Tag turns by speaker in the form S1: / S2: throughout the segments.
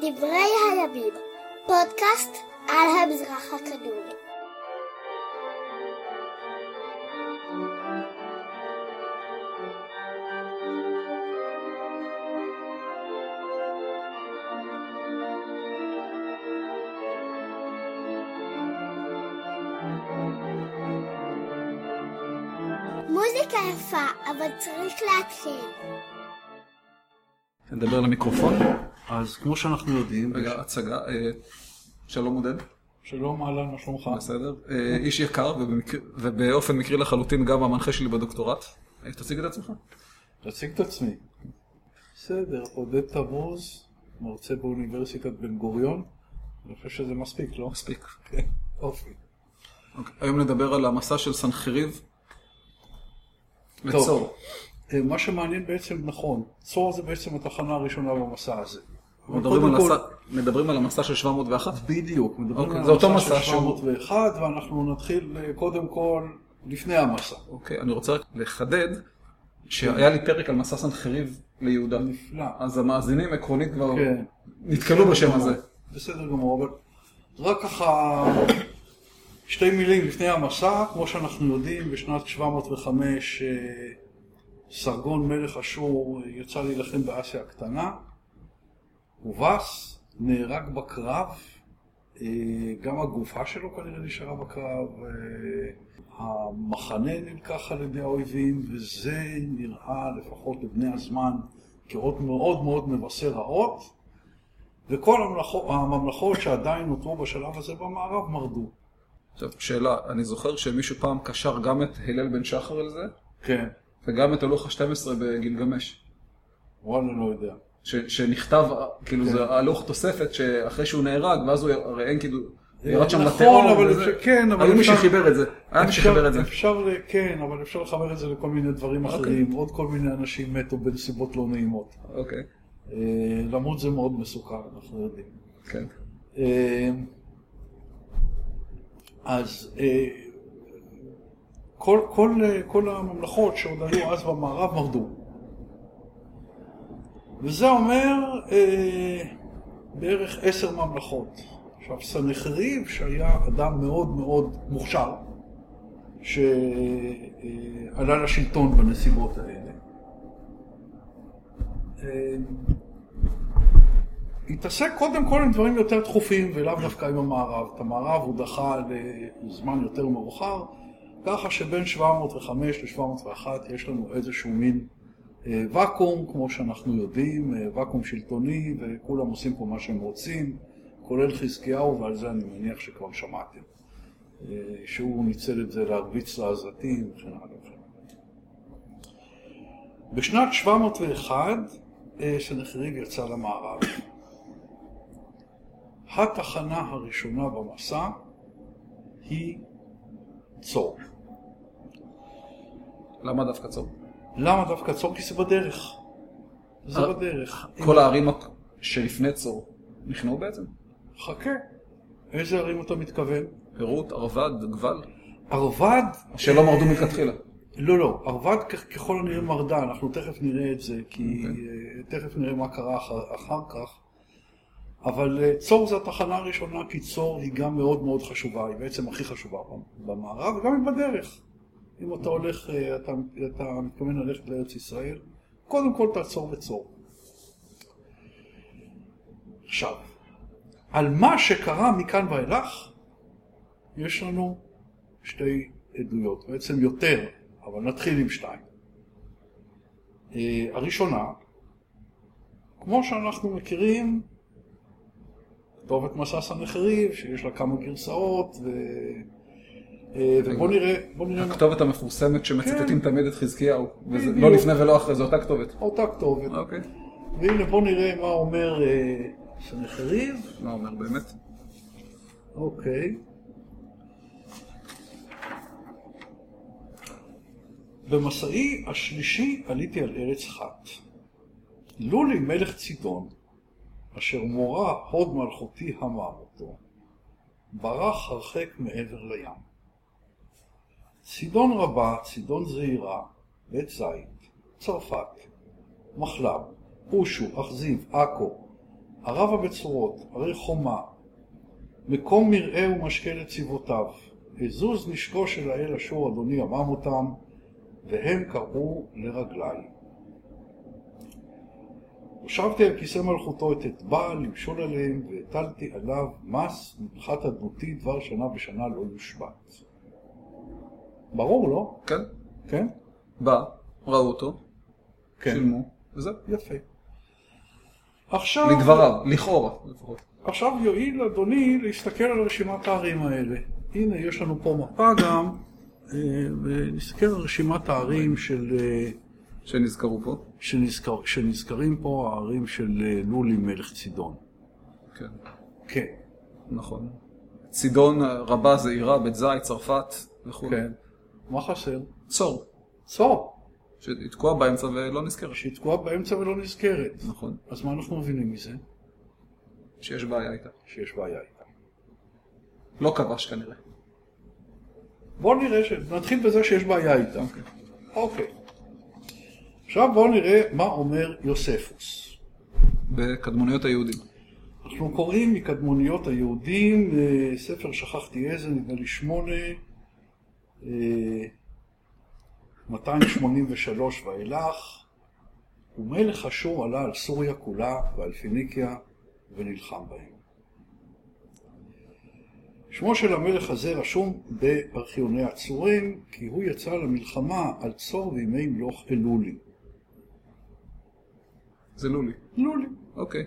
S1: דברי הימים, פודקאסט על המזרח הקדום. מוזיקה יפה, אבל צריך להתחיל.
S2: נדבר למיקרופון.
S3: אז כמו שאנחנו יודעים,
S2: רגע, הצגה. אה, שלום עודד,
S3: שלום אהלן, מה שלומך?
S2: בסדר. אה, איש יקר ובמקר- ובאופן מקרי לחלוטין גם המנחה שלי בדוקטורט. אה, תציג את עצמך.
S3: תציג את עצמי. בסדר, עודד תמוז, מרצה באוניברסיטת בן גוריון. אני חושב שזה מספיק, לא?
S2: מספיק.
S3: אופי.
S2: אוקיי. היום נדבר על המסע של סנחריב לצור.
S3: אה, מה שמעניין בעצם נכון, צור זה בעצם התחנה הראשונה במסע הזה. אבל
S2: מדברים
S3: קודם
S2: על
S3: כל-
S2: המסע- מדברים על המסע של 701?
S3: בדיוק, מדברים
S2: אוקיי,
S3: על
S2: זה אותו
S3: המסע
S2: מסע
S3: של 701, ואנחנו נתחיל אה, קודם כל לפני המסע.
S2: אוקיי, אני רוצה רק לחדד שהיה לי פרק על מסע סנחריב ליהודה.
S3: נפלא.
S2: אז המאזינים עקרונית כבר
S3: כן.
S2: נתקלו בשם הזה.
S3: בסדר גמור, אבל רק ככה שתי מילים לפני המסע, כמו שאנחנו יודעים, בשנת 705 אה, סרגון מלך אשור אה, יצא להילחם באסיה הקטנה, הובס, נהרג בקרב, אה, גם הגופה שלו כנראה נשארה בקרב, אה, המחנה נלקח על ידי האויבים, וזה נראה לפחות לבני הזמן כאות מאוד מאוד מבשר האות. וכל הממלכות, הממלכות שעדיין נותרו בשלב הזה במערב מרדו.
S2: טוב, שאלה, אני זוכר שמישהו פעם קשר גם את הלל בן שחר על זה,
S3: כן.
S2: וגם את הלוח ה-12 בגילגמש,
S3: וואלה, לא יודע.
S2: ש, שנכתב, כאילו
S3: כן.
S2: זה הלוח תוספת שאחרי שהוא נהרג, ואז הוא, הרי אין כאילו, הוא ירד שם
S3: נכון,
S2: לטרור,
S3: אבל
S2: וזה-
S3: אפשר- כן, אבל
S2: היו מי
S3: אפשר-
S2: שחיבר את זה, היה מי שחיבר את זה.
S3: אפשר, ל- כן, אבל אפשר לחבר את זה לכל מיני דברים אחרים. עוד כל מיני אנשים מתו בנסיבות לא נעימות.
S2: אוקיי,
S3: אה, למרות זה מאוד מסוכן, אנחנו יודעים.
S2: כן.
S3: אה, אז אה, כל, כל, אה, כל הממלכות שעוד היו אז במערב מרדו. וזה אומר אה, בערך עשר ממלכות. עכשיו, סנחריב, שהיה אדם מאוד מאוד מוכשר, שעלה לשלטון בנסיבות האלה, אה, התעסק קודם כל עם דברים יותר דחופים, ולאו דווקא עם המערב. את המערב הוא דחה לזמן יותר מאוחר, ככה שבין 705 ל-701 יש לנו איזשהו מין אה, ואקום, כמו שאנחנו יודעים, אה, ואקום שלטוני, וכולם עושים פה מה שהם רוצים, כולל חזקיהו, ועל זה אני מניח שכבר שמעתם. אה, שהוא ניצל את זה להרביץ לעזתים וכן הלאה וכן הלאה. בשנת 701 אה, סנחריב יצא למערב. התחנה הראשונה במסע היא צור.
S2: למה דווקא צור?
S3: למה דווקא צור? כי זה בדרך. זה
S2: אה,
S3: בדרך.
S2: כל הערים הק- שלפני צור נכנעו בעצם?
S3: חכה. איזה ערים אתה מתכוון?
S2: פירוט, ערבד, גבל,
S3: ערבד...
S2: שלא מרדו
S3: אה,
S2: מלכתחילה.
S3: לא, לא. ערבד כ- ככל הנראה מרדה, אנחנו תכף נראה את זה, כי אה,
S2: אוקיי.
S3: תכף נראה מה קרה אחר, אחר כך. אבל אה, צור זו התחנה הראשונה, כי צור היא גם מאוד מאוד חשובה, היא בעצם הכי חשובה במ- במערב, וגם היא בדרך. אם אתה הולך, אה, אתה, אתה מתכוון ללכת לארץ ישראל, קודם כל תעצור בצור. עכשיו, על מה שקרה מכאן ואילך, יש לנו שתי עדויות, בעצם יותר, אבל נתחיל עם שתיים. אה, הראשונה, כמו שאנחנו מכירים, כתובת מסע סנחריב, שיש לה כמה גרסאות, ו... אה, כן. אה, ובוא נראה, בוא נראה... מה-
S2: הכתובת המפורסמת שמצטטים תמיד את חזקיהו, וזה לא
S3: בדיוק.
S2: לפני ולא אחרי, זו אותה כתובת.
S3: אותה כתובת.
S2: אוקיי.
S3: והנה בוא נראה מה אומר אה, סנחריב.
S2: מה אומר באמת?
S3: אוקיי. במסעי השלישי עליתי על ארץ חת. לו לי מלך צידון, אשר מורה הוד מלכותי המר אותו, ברח הרחק מעבר לים. צידון רבה, צידון זעירה, בית זית, צרפת, מחלב, אושו, אכזיב, עכו, ערב הבצורות, הרי חומה, מקום מרעה ומשקה לצבאותיו, הזוז נשקו של האל אשור אדוני אמם אותם, והם קראו לרגלי. הושבתי על כיסא מלכותו את את בעל למשול עליהם, והטלתי עליו מס מפחת אדנותי דבר שנה בשנה לא יושבת. ברור, לא?
S2: כן.
S3: כן?
S2: בא, ראו אותו, שילמו, וזהו.
S3: יפה. עכשיו...
S2: לדבריו, לכאורה לפחות.
S3: עכשיו יואיל אדוני להסתכל על רשימת הערים האלה. הנה, יש לנו פה מפה גם, אה, ונסתכל על רשימת הערים של, אה,
S2: שנזכרו פה.
S3: שנזכר, שנזכרים פה, הערים של אה, לולי מלך צידון.
S2: כן,
S3: כן,
S2: נכון. צידון, רבה, זעירה, בית זית, צרפת וכו'.
S3: כן. מה חסר?
S2: צור,
S3: צור,
S2: שהיא תקועה באמצע ולא נזכרת.
S3: שהיא תקועה באמצע ולא נזכרת.
S2: נכון.
S3: אז מה אנחנו מבינים מזה?
S2: שיש בעיה איתה.
S3: שיש בעיה איתה.
S2: לא כבש כנראה.
S3: בואו נראה, ש... נתחיל בזה שיש בעיה איתה. אוקיי. עכשיו בואו נראה מה אומר יוספוס.
S2: בקדמוניות היהודים.
S3: אנחנו קוראים מקדמוניות היהודים, אה, ספר שכחתי איזה, נדמה לי שמונה, אה, 283 ואילך, ומלך אשור עלה על סוריה כולה ועל פיניקיה ונלחם בהם. שמו של המלך הזה רשום בארכיוני הצורים, כי הוא יצא למלחמה על צור בימי מלוך אלולי.
S2: זה לולי.
S3: לולי.
S2: אוקיי.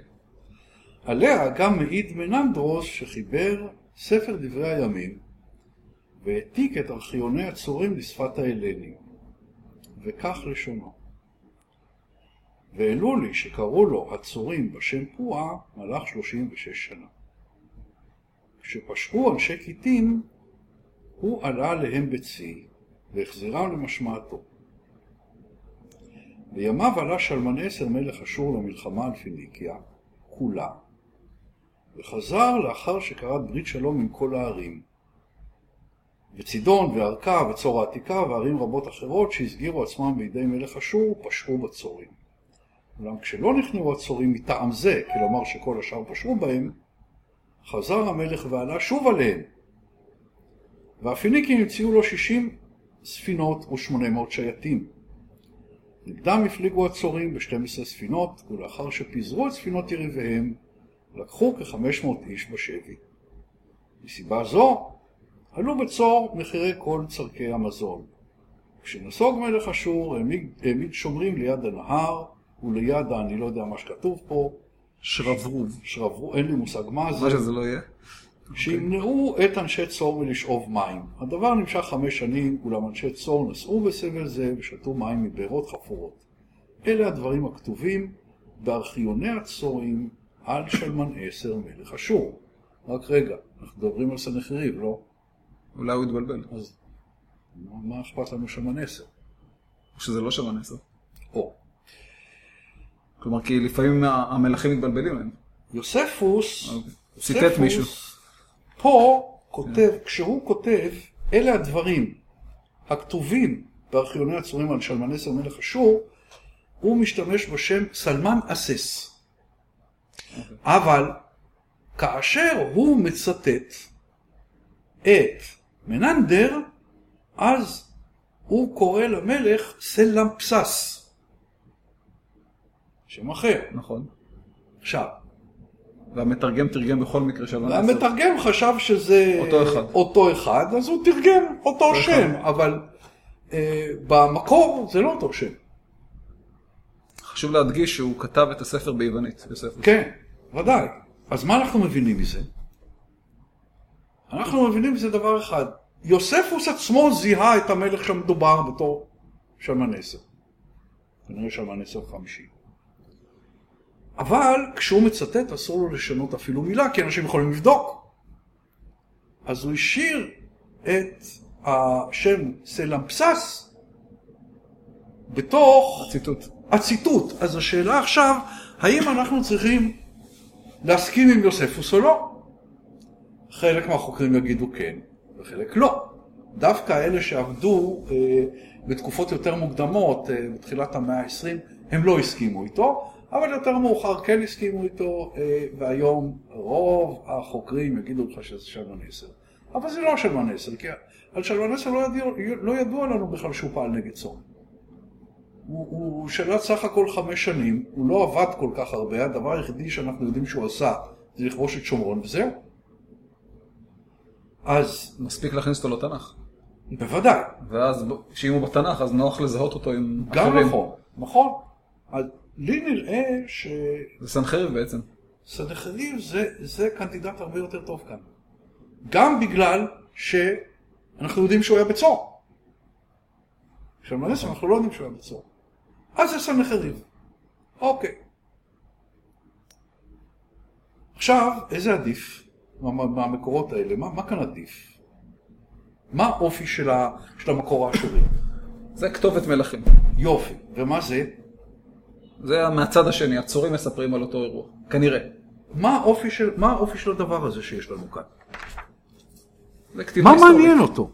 S3: עליה גם מעיד מננדרוס שחיבר ספר דברי הימים והעתיק את ארכיוני הצורים לשפת ההלנים, וכך לשונו. והעלו לי שקראו לו הצורים בשם פועה מלך 36 שנה. כשפשעו אנשי קיטים, הוא עלה עליהם בצי, והחזירם למשמעתו. בימיו עלה שלמן עשר מלך אשור למלחמה על פיניקיה, כולה, וחזר לאחר שכרת ברית שלום עם כל הערים. וצידון וערכה וצור העתיקה וערים רבות אחרות שהסגירו עצמם בידי מלך אשור פשעו בצורים. אולם כשלא נכנעו הצורים מטעם זה, כלומר שכל השאר פשעו בהם, חזר המלך ועלה שוב עליהם. והפיניקים המציאו לו שישים ספינות ושמונה מאות שייטים. נגדם הפליגו הצורים ב-12 ספינות, ולאחר שפיזרו את ספינות יריביהם, לקחו כ-500 איש בשבי. מסיבה זו, עלו בצור מחירי כל צורכי המזון. כשנסוג מלך אשור, העמיד, העמיד שומרים ליד הנהר, וליד, ה- אני לא יודע מה שכתוב פה,
S2: שרברוב.
S3: שרברו, אין לי מושג מה זה,
S2: מה שזה לא יהיה.
S3: שימנעו את אנשי צור מלשאוב מים. הדבר נמשך חמש שנים, אולם אנשי צור נסעו בסבל זה ושתו מים מבארות חפורות. אלה הדברים הכתובים בארכיוני הצורים על שלמן עשר מלך אשור. רק רגע, אנחנו מדברים על סנחריב, לא?
S2: אולי הוא יתבלבל.
S3: אז מה מה אכפת לנו שלמן עשר?
S2: או שזה לא שרן עשר.
S3: או,
S2: כלומר, כי לפעמים ה- המלכים מתבלבלים להם.
S3: יוספוס,
S2: אוקיי.
S3: יוספוס,
S2: ציטט מישהו.
S3: פה כותב, כשהוא כותב, אלה הדברים הכתובים בארכיוני הצורים על שלמן עשר מלך אשור, הוא משתמש בשם סלמן אסס.
S2: אוקיי.
S3: אבל כאשר הוא מצטט את מננדר, אז הוא קורא למלך סלמפסס, שם אחר.
S2: נכון.
S3: עכשיו,
S2: והמתרגם תרגם בכל מקרה אה? שרן עשר.
S3: המתרגם חשב שזה
S2: אותו אחד.
S3: אותו אחד, אז הוא תרגם אותו שם, אבל אה, במקור זה לא אותו שם.
S2: חשוב להדגיש שהוא כתב את הספר ביוונית, יוסף.
S3: כן, ודאי. אז מה אנחנו מבינים מזה? אנחנו מבינים מזה דבר אחד. יוספוס עצמו זיהה את המלך שמדובר בתור שלמן עשר. כנראה שלמן עשר חמישי. אבל כשהוא מצטט אסור לו לשנות אפילו מילה, כי אנשים יכולים לבדוק. אז הוא השאיר את השם סלמפסס בתוך
S2: ציטוט.
S3: הציטוט. אז השאלה עכשיו, האם אנחנו צריכים להסכים עם יוספוס או לא? חלק מהחוקרים יגידו כן, וחלק לא. דווקא אלה שעבדו אה, בתקופות יותר מוקדמות, אה, בתחילת המאה ה-20, הם לא הסכימו איתו, אבל יותר מאוחר כן הסכימו איתו, אה, והיום רוב החוקרים יגידו לך שזה שלמן עשר. אבל זה לא שלמן עשר, כי על שלמן עשר לא, ידוע- לא ידוע לנו בכלל שהוא פעל נגד צום. הוא, הוא שלט סך הכל חמש שנים, הוא לא עבד כל כך הרבה, הדבר היחידי שאנחנו יודעים שהוא עשה זה לכבוש את שומרון וזהו. אז
S2: מספיק להכניס אותו לתנ"ך.
S3: בוודאי,
S2: ואז ב- שאם הוא בתנ"ך אז נוח לזהות אותו עם
S3: גם
S2: אחרים.
S3: נכון, נכון. אז לי נראה שסנחריב
S2: זה סנחריב בעצם.
S3: זה, זה קנדידט הרבה יותר טוב כאן. גם בגלל שאנחנו יודעים שהוא היה בצור. עכשיו, מנסים, אנחנו לא יודעים שהוא היה בצור. אז זה סנחריב. אוקיי. עכשיו, איזה עדיף מה- מה- מהמקורות האלה? מה, מה כאן עדיף? מה האופי של, ה, של המקור האשורי?
S2: זה כתובת מלכים.
S3: יופי. ומה זה?
S2: זה מהצד השני, הצורים מספרים על אותו אירוע. כנראה.
S3: מה האופי של, מה האופי של הדבר הזה שיש לנו כאן?
S2: זה כתיבה
S3: מה
S2: היסטורית.
S3: מעניין אותו?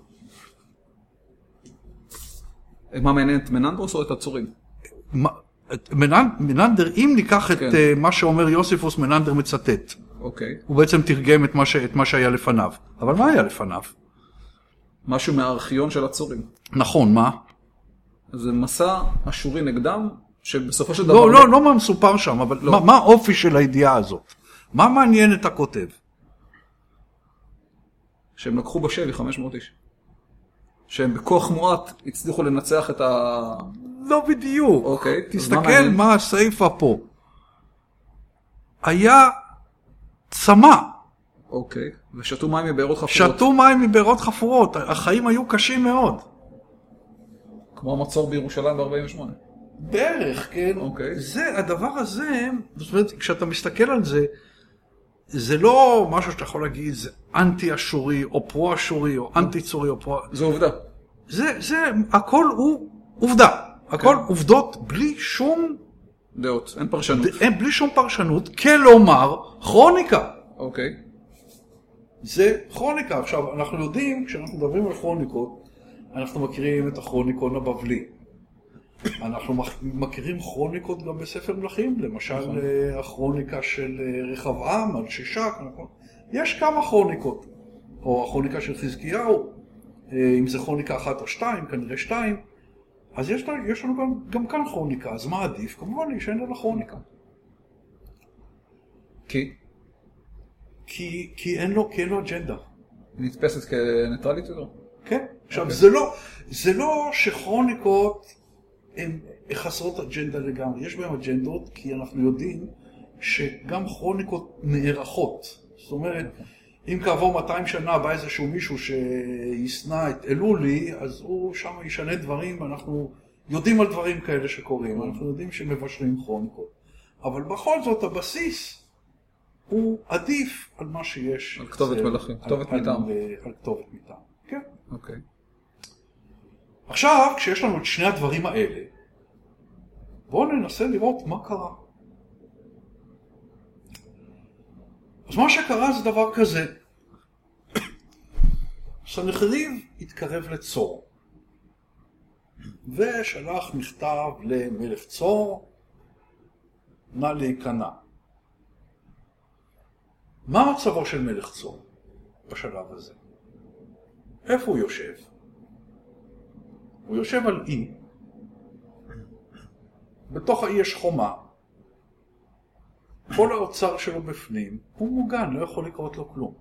S2: מה מעניין את מננדרוס או את הצורים?
S3: מה- את מננ- מננדר, אם ניקח את
S2: כן.
S3: אה, מה שאומר יוסיפוס, מננדר מצטט.
S2: אוקיי.
S3: הוא בעצם תרגם את מה ש- את מה שהיה לפניו. אבל מה היה לפניו?
S2: משהו מהארכיון של הצורים.
S3: נכון, מה?
S2: זה מסע אשורי נגדם, שבסופו של דבר...
S3: לא, לא, לא מה מסופר שם, אבל מה- מה האופי של הידיעה הזאת? מה מעניין את הכותב?
S2: שהם לקחו בשבי 500 איש. שהם בכוח מועט הצליחו לנצח את ה...
S3: לא בדיוק.
S2: אוקיי, אז מה
S3: תסתכל
S2: מעניין?
S3: מה הסיפה פה. היה צמא,
S2: אוקיי. ושתו מים מבארות חפורות.
S3: שתו מים מבארות חפורות, החיים היו קשים מאוד.
S2: כמו המצור בירושלים ב-48.
S3: בערך, כן.
S2: אוקיי.
S3: זה, הדבר הזה, זאת אומרת, כשאתה מסתכל על זה, זה לא משהו שאתה יכול להגיד, זה אנטי-אשורי, או פרו-אשורי, או אנטי-צורי, או פרו...
S2: זו עובדה.
S3: זה, זה, הכל הוא עובדה. הכל
S2: כן.
S3: עובדות בלי שום,
S2: דעות. אין פרשנות.
S3: אין- בלי שום פרשנות, כלומר, כרוניקה.
S2: אוקיי.
S3: זה כרוניקה. עכשיו, אנחנו יודעים, כשאנחנו מדברים על כרוניקות, אנחנו מכירים את הכרוניקון הבבלי. אנחנו מכ- מכירים כרוניקות גם בספר מלכים, למשל אה, הכרוניקה של אה, רחבעם על שישק, נכון? יש כמה כרוניקות, או הכרוניקה של חזקיהו, אה, אם זה כרוניקה אחת או שתיים, כנראה שתיים, אז יש לנו, יש לנו גם, גם כאן כרוניקה, אז מה עדיף? כמובן להישען על הכרוניקה,
S2: כי?
S3: כי, כי, אין לו, כי אין לו אג'נדה.
S2: היא נתפסת כניטרלית לא? יותר?
S3: כן.
S2: אוקיי.
S3: עכשיו, זה לא, זה לא שכרוניקות הן חסרות אג'נדה לגמרי, יש בהן אג'נדות, כי אנחנו יודעים שגם כרוניקות נערכות. זאת אומרת, אם כעבור 200 שנה בא איזשהו מישהו שישנא את אלולי, אז הוא שם ישנה דברים, ואנחנו יודעים על דברים כאלה שקורים, אנחנו יודעים שמבשלים כרוניקות. אבל בכל זאת, הבסיס הוא עדיף על מה שיש.
S2: על כתובת
S3: אצל-
S2: מלכים,
S3: על-
S2: כתובת
S3: על-
S2: מטעם.
S3: על כתובת מטעם, כן.
S2: אוקיי.
S3: עכשיו, כשיש לנו את שני הדברים האלה, בואו ננסה לראות מה קרה. אז מה שקרה זה דבר כזה. סנחריב התקרב לצור, ושלח מכתב למלך צור, נא להיכנע. מה מצבו של מלך צור בשלב הזה? איפה הוא יושב? הוא יושב על אי, בתוך האי יש חומה, כל האוצר שלו בפנים, הוא מוגן, לא יכול לקרות לו כלום.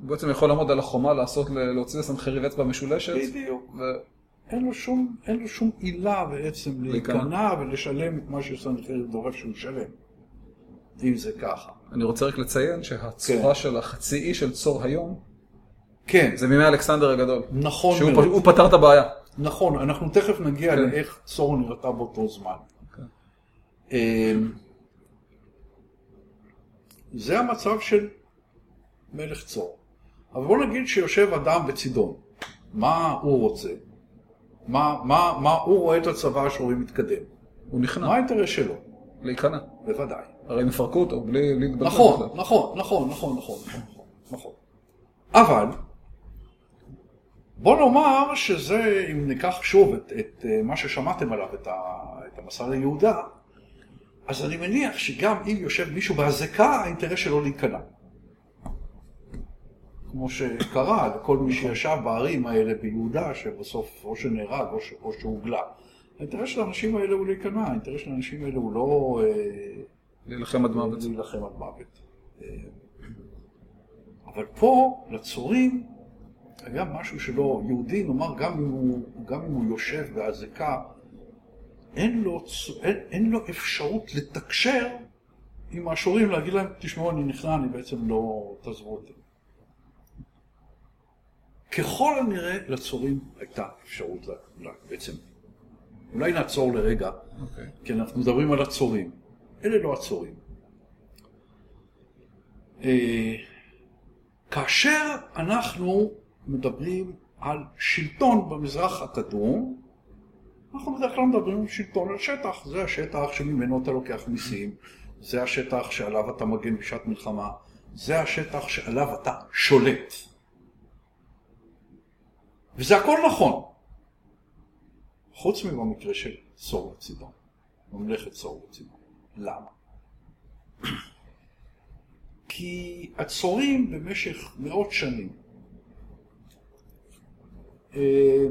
S2: הוא בעצם יכול לעמוד על החומה, לעשות, להוציא לסנחריב אצבע משולשת.
S3: בדיוק.
S2: ו-
S3: אין לו שום, אין לו שום עילה בעצם
S2: להיכנע.
S3: להיכנע ולשלם את מה שסנטריב דורש שהוא ישלם, אם זה ככה.
S2: אני רוצה רק לציין שהצורה של החצי אי של צור היום,
S3: כן, זה
S2: זה מימי אלכסנדר הגדול.
S3: נכון
S2: שהוא
S3: מאוד.
S2: פ- הוא פתר את הבעיה.
S3: נכון, אנחנו תכף נגיע
S2: כן.
S3: לאיך צור נראתה באותו זמן.
S2: אוקיי.
S3: אמ, זה המצב של מלך צור. אבל בוא נגיד שיושב אדם בצידון, מה הוא רוצה? מה, מה, מה הוא רואה את הצבא השורי מתקדם?
S2: הוא נכנע,
S3: מה האינטרס שלו?
S2: להיכנע.
S3: בוודאי.
S2: הרי הם יפרקו אותו בלי בלי להתבלבל.
S3: נכון,
S2: בכלל.
S3: נכון, נכון, נכון, נכון, נכון, נכון. אבל בוא נאמר שזה, אם ניקח שוב את, את אה, מה ששמעתם עליו, את, ה, את המסע ליהודה, אז אני מניח שגם אם יושב מישהו בהזקה, האינטרס שלו להיכנע. כמו שקרה לכל מי שישב בערים האלה ביהודה, שבסוף או שנהרג או, ש, או שהוגלה. האינטרס של האנשים האלה הוא להיכנע, האינטרס של האנשים האלה הוא לא... אה,
S2: להילחם עד מוות.
S3: להילחם עד מוות. אה, אבל פה, לצורים, היה משהו שלא, יהודי, נאמר, גם אם הוא, גם אם הוא יושב באזעקה, אין לו, צ- אין, אין לו אפשרות לתקשר עם האשורים, להגיד להם, תשמעו, אני נכנע, אני בעצם לא, תעזבו אותי. ככל הנראה, לצורים הייתה אפשרות, לה- לה- בעצם. אולי נעצור לרגע,
S2: אוקיי.
S3: כי כן, אנחנו מדברים על הצורים. אלה לא הצורים. אה, כאשר אנחנו מדברים על שלטון במזרח הקדום, אנחנו בדרך כלל מדברים על שלטון על שטח. זה השטח שממנו אתה לוקח מיסים, זה השטח שעליו אתה מגן בשעת מלחמה, זה השטח שעליו אתה שולט. וזה הכל נכון, חוץ מבמקרה של צור וצידון, ממלכת צור וצידון. למה? כי הצורים במשך מאות שנים אה,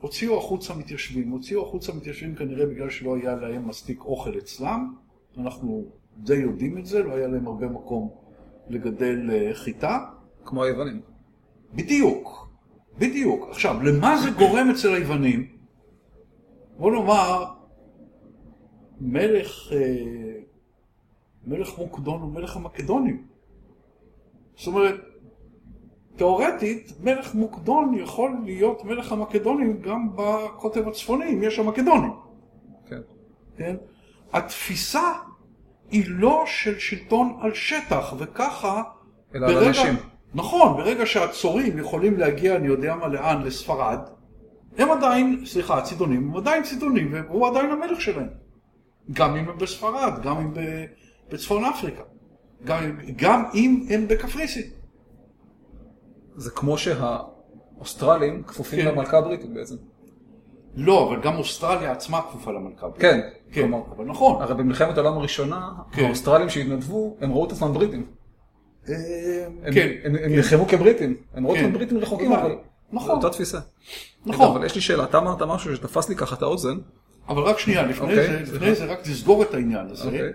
S3: הוציאו החוצה מתיישבים. הוציאו החוצה מתיישבים כנראה בגלל שלא היה להם מספיק אוכל אצלם. אנחנו די יודעים את זה, לא היה להם הרבה מקום לגדל אה, חיטה.
S2: כמו היוונים.
S3: בדיוק, בדיוק. עכשיו, למה זה גורם אצל היוונים? בוא נאמר, מלך, אה, מלך מוקדון הוא מלך המקדונים. זאת אומרת, תאורטית, מלך מוקדון יכול להיות מלך המקדונים גם בקוטב הצפוני, אם יש המקדונים.
S2: כן.
S3: כן? התפיסה היא לא של שלטון על שטח, וככה...
S2: אלא על אנשים.
S3: נכון, ברגע שהצורים יכולים להגיע, אני יודע מה, לאן, לספרד, הם עדיין, סליחה, הצידונים, הם עדיין צידונים, והוא עדיין המלך שלהם. גם אם הם בספרד, גם אם ב- בצפון אפריקה, גם, אם- גם אם הם בקפריסין.
S2: זה כמו שהאוסטרלים כפופים
S3: כן.
S2: למלכה הבריטית בעצם.
S3: לא, אבל גם אוסטרליה עצמה כפופה למלכה. בריטית.
S2: כן,
S3: כן,
S2: כלומר.
S3: אבל נכון.
S2: הרי במלחמת העולם הראשונה,
S3: כן.
S2: האוסטרלים שהתנדבו, הם ראו את עצמם בריטים.
S3: אה,
S2: הם-
S3: כן,
S2: הם הם נלחמו כבריטים. הם ראו
S3: כן.
S2: אותם בריטים רחוקים,
S3: אולי.
S2: אבל...
S3: נכון.
S2: זו אותה תפיסה.
S3: נכון.
S2: אבל יש לי שאלה, אתה אמרת משהו שתפס לי ככה את האוזן.
S3: אבל רק שנייה, לפני
S2: אוקיי,
S3: זה, לפני
S2: סליחה.
S3: זה רק תסגור את העניין הזה.
S2: אוקיי.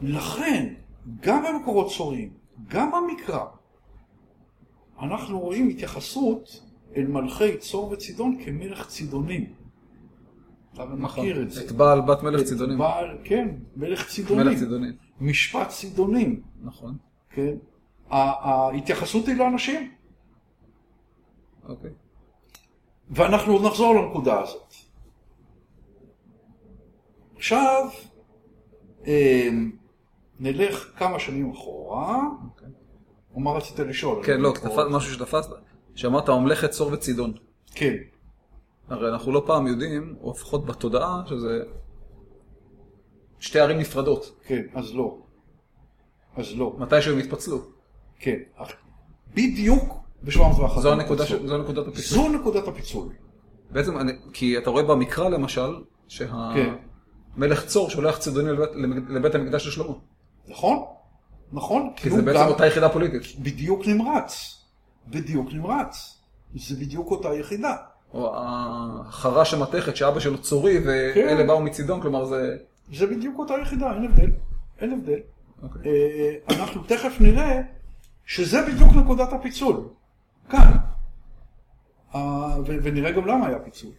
S3: לכן, גם במקורות סוריים, גם במקרא, אנחנו רואים התייחסות אל מלכי צור וצידון כמלך צידונים. אתה מכיר את זה.
S2: נכון. את בעל בת מלך צידונים.
S3: בעל, כן, מלך צידונים.
S2: מלך צידונים.
S3: משפט צידונים,
S2: נכון.
S3: כן. ה- ההתייחסות היא לאנשים,
S2: אוקיי.
S3: ואנחנו עוד נחזור לנקודה הזאת. עכשיו, אמ, נלך כמה שנים אחורה. ומה רצית לשאול?
S2: כן, לא,
S3: או-
S2: תפס- משהו שתפסת. שאמרת, המלכת צור וצידון.
S3: כן,
S2: הרי אנחנו לא פעם יודעים, או לפחות בתודעה, שזה שתי ערים נפרדות.
S3: כן, אז לא. אז לא,
S2: מתי שהם התפצלו.
S3: כן. אך- בדיוק ב-701.
S2: זו הנקודה, ש... זו נקודת הפיסוי.
S3: זו נקודת הפיצול.
S2: בעצם, אני... כי אתה רואה במקרא למשל, אה.
S3: כן.
S2: שהמלך צור שולח צידוני לבית, למק- לבית המקדש של שלמה.
S3: נכון? נכון?
S2: כי זה בעצם אותה יחידה פוליטית.
S3: בדיוק נמרץ. בדיוק נמרץ. זה בדיוק אותה יחידה.
S2: או החרש המתכת שאבא שלו צורי, ואלה
S3: כן.
S2: באו מצידון, כלומר זה...
S3: זה בדיוק אותה יחידה, אין הבדל. אין הבדל.
S2: אוקיי.
S3: אה, אנחנו תכף נראה שזה בדיוק נקודת הפיצול. כאן. אה, ו- ונראה גם למה היה פיצול.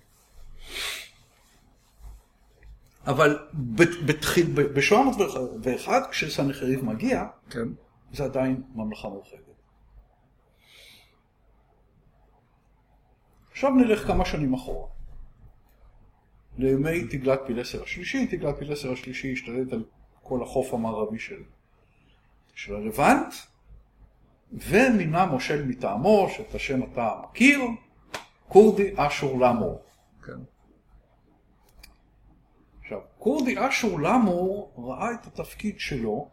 S3: אבל בת- בתחיל- ב- ב-701, כשסנחריב מגיע,
S2: כן.
S3: זה עדיין ממלכה מאוחדת. עכשיו נלך כמה שנים אחורה. לימי תגלת פילסר השלישי, תגלת פילסר השלישי השתלט על כל החוף המערבי של, של הלבנט, ומינה מושל מטעמו, שאת השם אתה מכיר, כורדי אשור למור.
S2: כן.
S3: עכשיו, כורדי אשור למור ראה את התפקיד שלו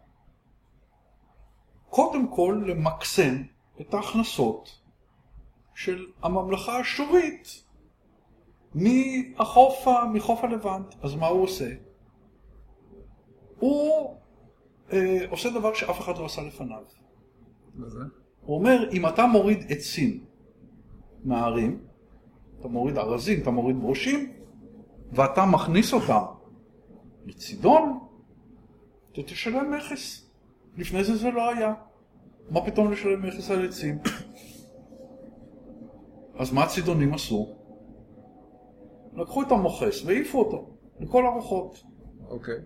S3: קודם כל למקסם את ההכנסות של הממלכה האשורית מהחוף, ה- מחוף הלבנט. אז מה הוא עושה? הוא אה, עושה דבר שאף אחד לא עשה לפניו.
S2: וזה?
S3: הוא אומר, אם אתה מוריד עצים מהערים, אתה מוריד ארזים, אתה מוריד ברושים, ואתה מכניס אותם לצידון, אתה תשלם מכס. לפני זה זה לא היה. מה פתאום לשלם מכס על עצים? אז מה הצידונים עשו? לקחו את המוכס והעיפו אותו, לכל הרוחות.
S2: אוקיי.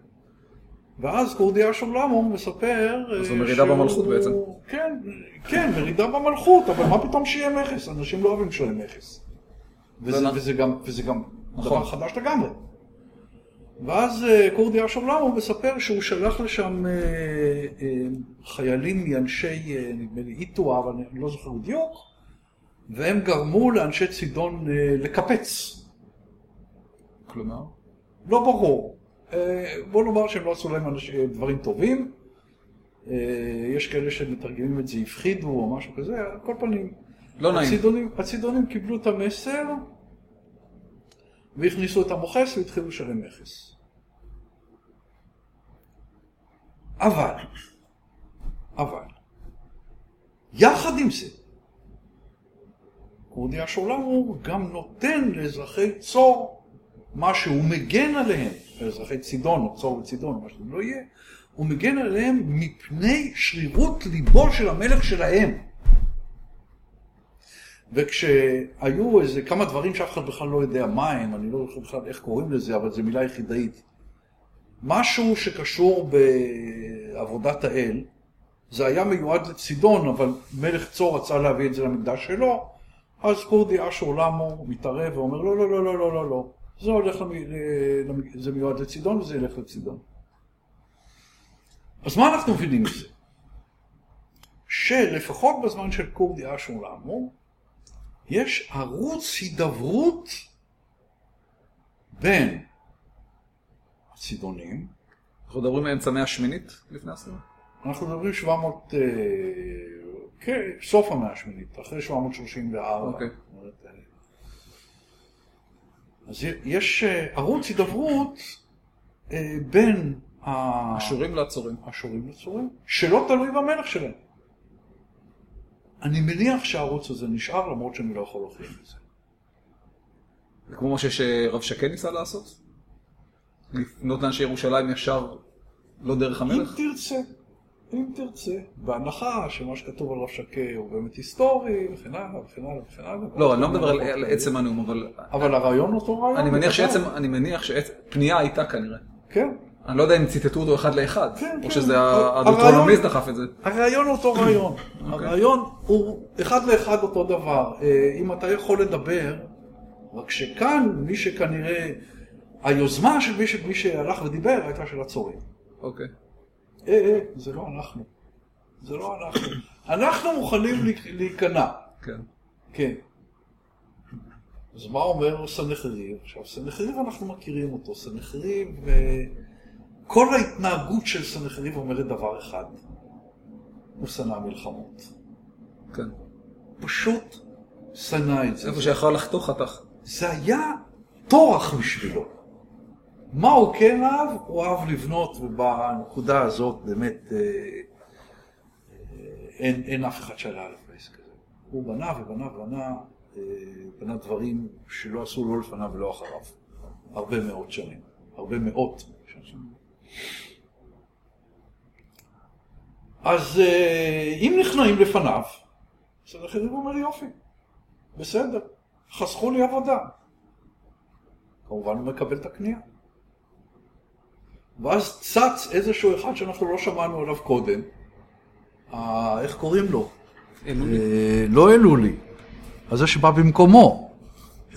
S3: ואז קורדיה שולמום מספר...
S2: אז זו
S3: אה,
S2: מרידה
S3: שהוא-
S2: במלכות בעצם.
S3: כן, כן, מרידה במלכות, אבל מה פתאום שיהיה מכס? אנשים לא אוהבים שיהיה מכס. וזה,
S2: נכון.
S3: וזה גם, וזה גם
S2: נכון.
S3: דבר חדש לגמרי. ואז אה, קורדיה שולמום מספר שהוא שלח לשם אה, אה, חיילים מאנשי, אה, נדמה לי, איטו, אבל אני לא זוכר בדיוק, והם גרמו לאנשי צידון אה, לקפץ.
S2: כלומר?
S3: לא ברור. אה, בוא נאמר שהם לא עשו להם אנש- אה, דברים טובים. אה, יש כאלה שמתרגמים את זה, הפחידו או משהו כזה, על כל פנים.
S2: לא נעים.
S3: הצידונים, הצידונים קיבלו את המסר והכניסו את המוכס והתחילו לשלם מכס. אבל, אבל, יחד עם זה, אודי השולם הוא גם נותן לאזרחי צור מה שהוא מגן עליהם, לאזרחי צידון או צור וצידון, מה שזה לא יהיה, הוא מגן עליהם מפני שרירות ליבו של המלך שלהם. וכשהיו איזה כמה דברים שאף אחד בכלל לא יודע מה הם, אני לא זוכר בכלל איך קוראים לזה, אבל זו מילה יחידאית. משהו שקשור בעבודת האל, זה היה מיועד לצידון, אבל מלך צור רצה להביא את זה למקדש שלו, אז כורדי אשור למו מתערב ואומר, לא, לא, לא, לא, לא, לא, לא. זה הולך, למ... ל- למ- זה מיועד לצידון וזה ילך לצידון. אז מה אנחנו מבינים מזה? שלפחות בזמן של כורדי אשור למו, יש ערוץ הידברות בין הצידונים,
S2: אנחנו מדברים מאמצע המאה השמינית לפני הסרט?
S3: אנחנו מדברים 700, אה, כן, סוף המאה השמינית, אחרי 734.
S2: אוקיי.
S3: זאת אומרת, אה, אז יש אה, ערוץ הידברות אה, בין ה-
S2: אשורים לעצורים.
S3: אשורים לצורים, שלא תלוי במלך שלהם. אני מניח שהערוץ הזה נשאר, למרות שאני לא יכול להוכיח את זה.
S2: זה כמו מה שרב שקד ניסה לעשות? לפנות לאנשי ירושלים ישר לא דרך
S3: אם
S2: המלך?
S3: תרצה, אם תרצה, בהנחה שמה שכתוב על רב שקה הוא באמת היסטורי, וכן הלאה וכן הלאה וכן הלאה.
S2: לא, אני לא מדבר על- על עצם הנאום, אבל
S3: אבל הרעיון אותו רעיון.
S2: אני מניח
S3: בוודאי.
S2: שעצם, אני מניח שהפנייה הייתה כנראה.
S3: כן.
S2: אני לא יודע אם ציטטו אותו אחד לאחד,
S3: כן,
S2: או
S3: כן.
S2: שזה
S3: הרעיון-
S2: הדוטרונומיסט דחף את זה.
S3: הרעיון אותו רעיון.
S2: אוקיי.
S3: הרעיון הוא אחד לאחד אותו דבר. אה, אם אתה יכול לדבר, רק שכאן, מי שכנראה, היוזמה של מי ש- מי שהלך ודיבר הייתה של הצורר.
S2: אוקיי.
S3: אה, אה, זה לא אנחנו. זה לא אנחנו. אנחנו מוכנים להיק- להיכנע.
S2: כן.
S3: כן. אז מה אומר סנחריב? עכשיו, סנחריב אנחנו מכירים אותו. סנחריב, אה, כל ההתנהגות של סנחריב אומרת דבר אחד. הוא שנא מלחמות.
S2: כן.
S3: פשוט שנא את זה.
S2: איפה שיכול לחתוך חתך.
S3: זה היה טורח בשבילו. מה הוא כן אהב? הוא אהב לבנות, ובנקודה הזאת באמת אה, אה, אין, אין אף אחד שעלה עליו בעסק הזה. הוא בנה ובנה ובנה, אה, בנה דברים שלא עשו לא לפניו ולא אחריו. הרבה מאוד שנים. הרבה מאות שנים. אז אה, אם נכנעים לפניו, אז אחרים אומר לי יופי, בסדר, חסכו לי עבודה. כמובן הוא מקבל את הקנייה. ואז צץ איזשהו אחד שאנחנו לא שמענו עליו קודם. אה, איך קוראים לו? אה, לא אלולי. אז זה שבא במקומו.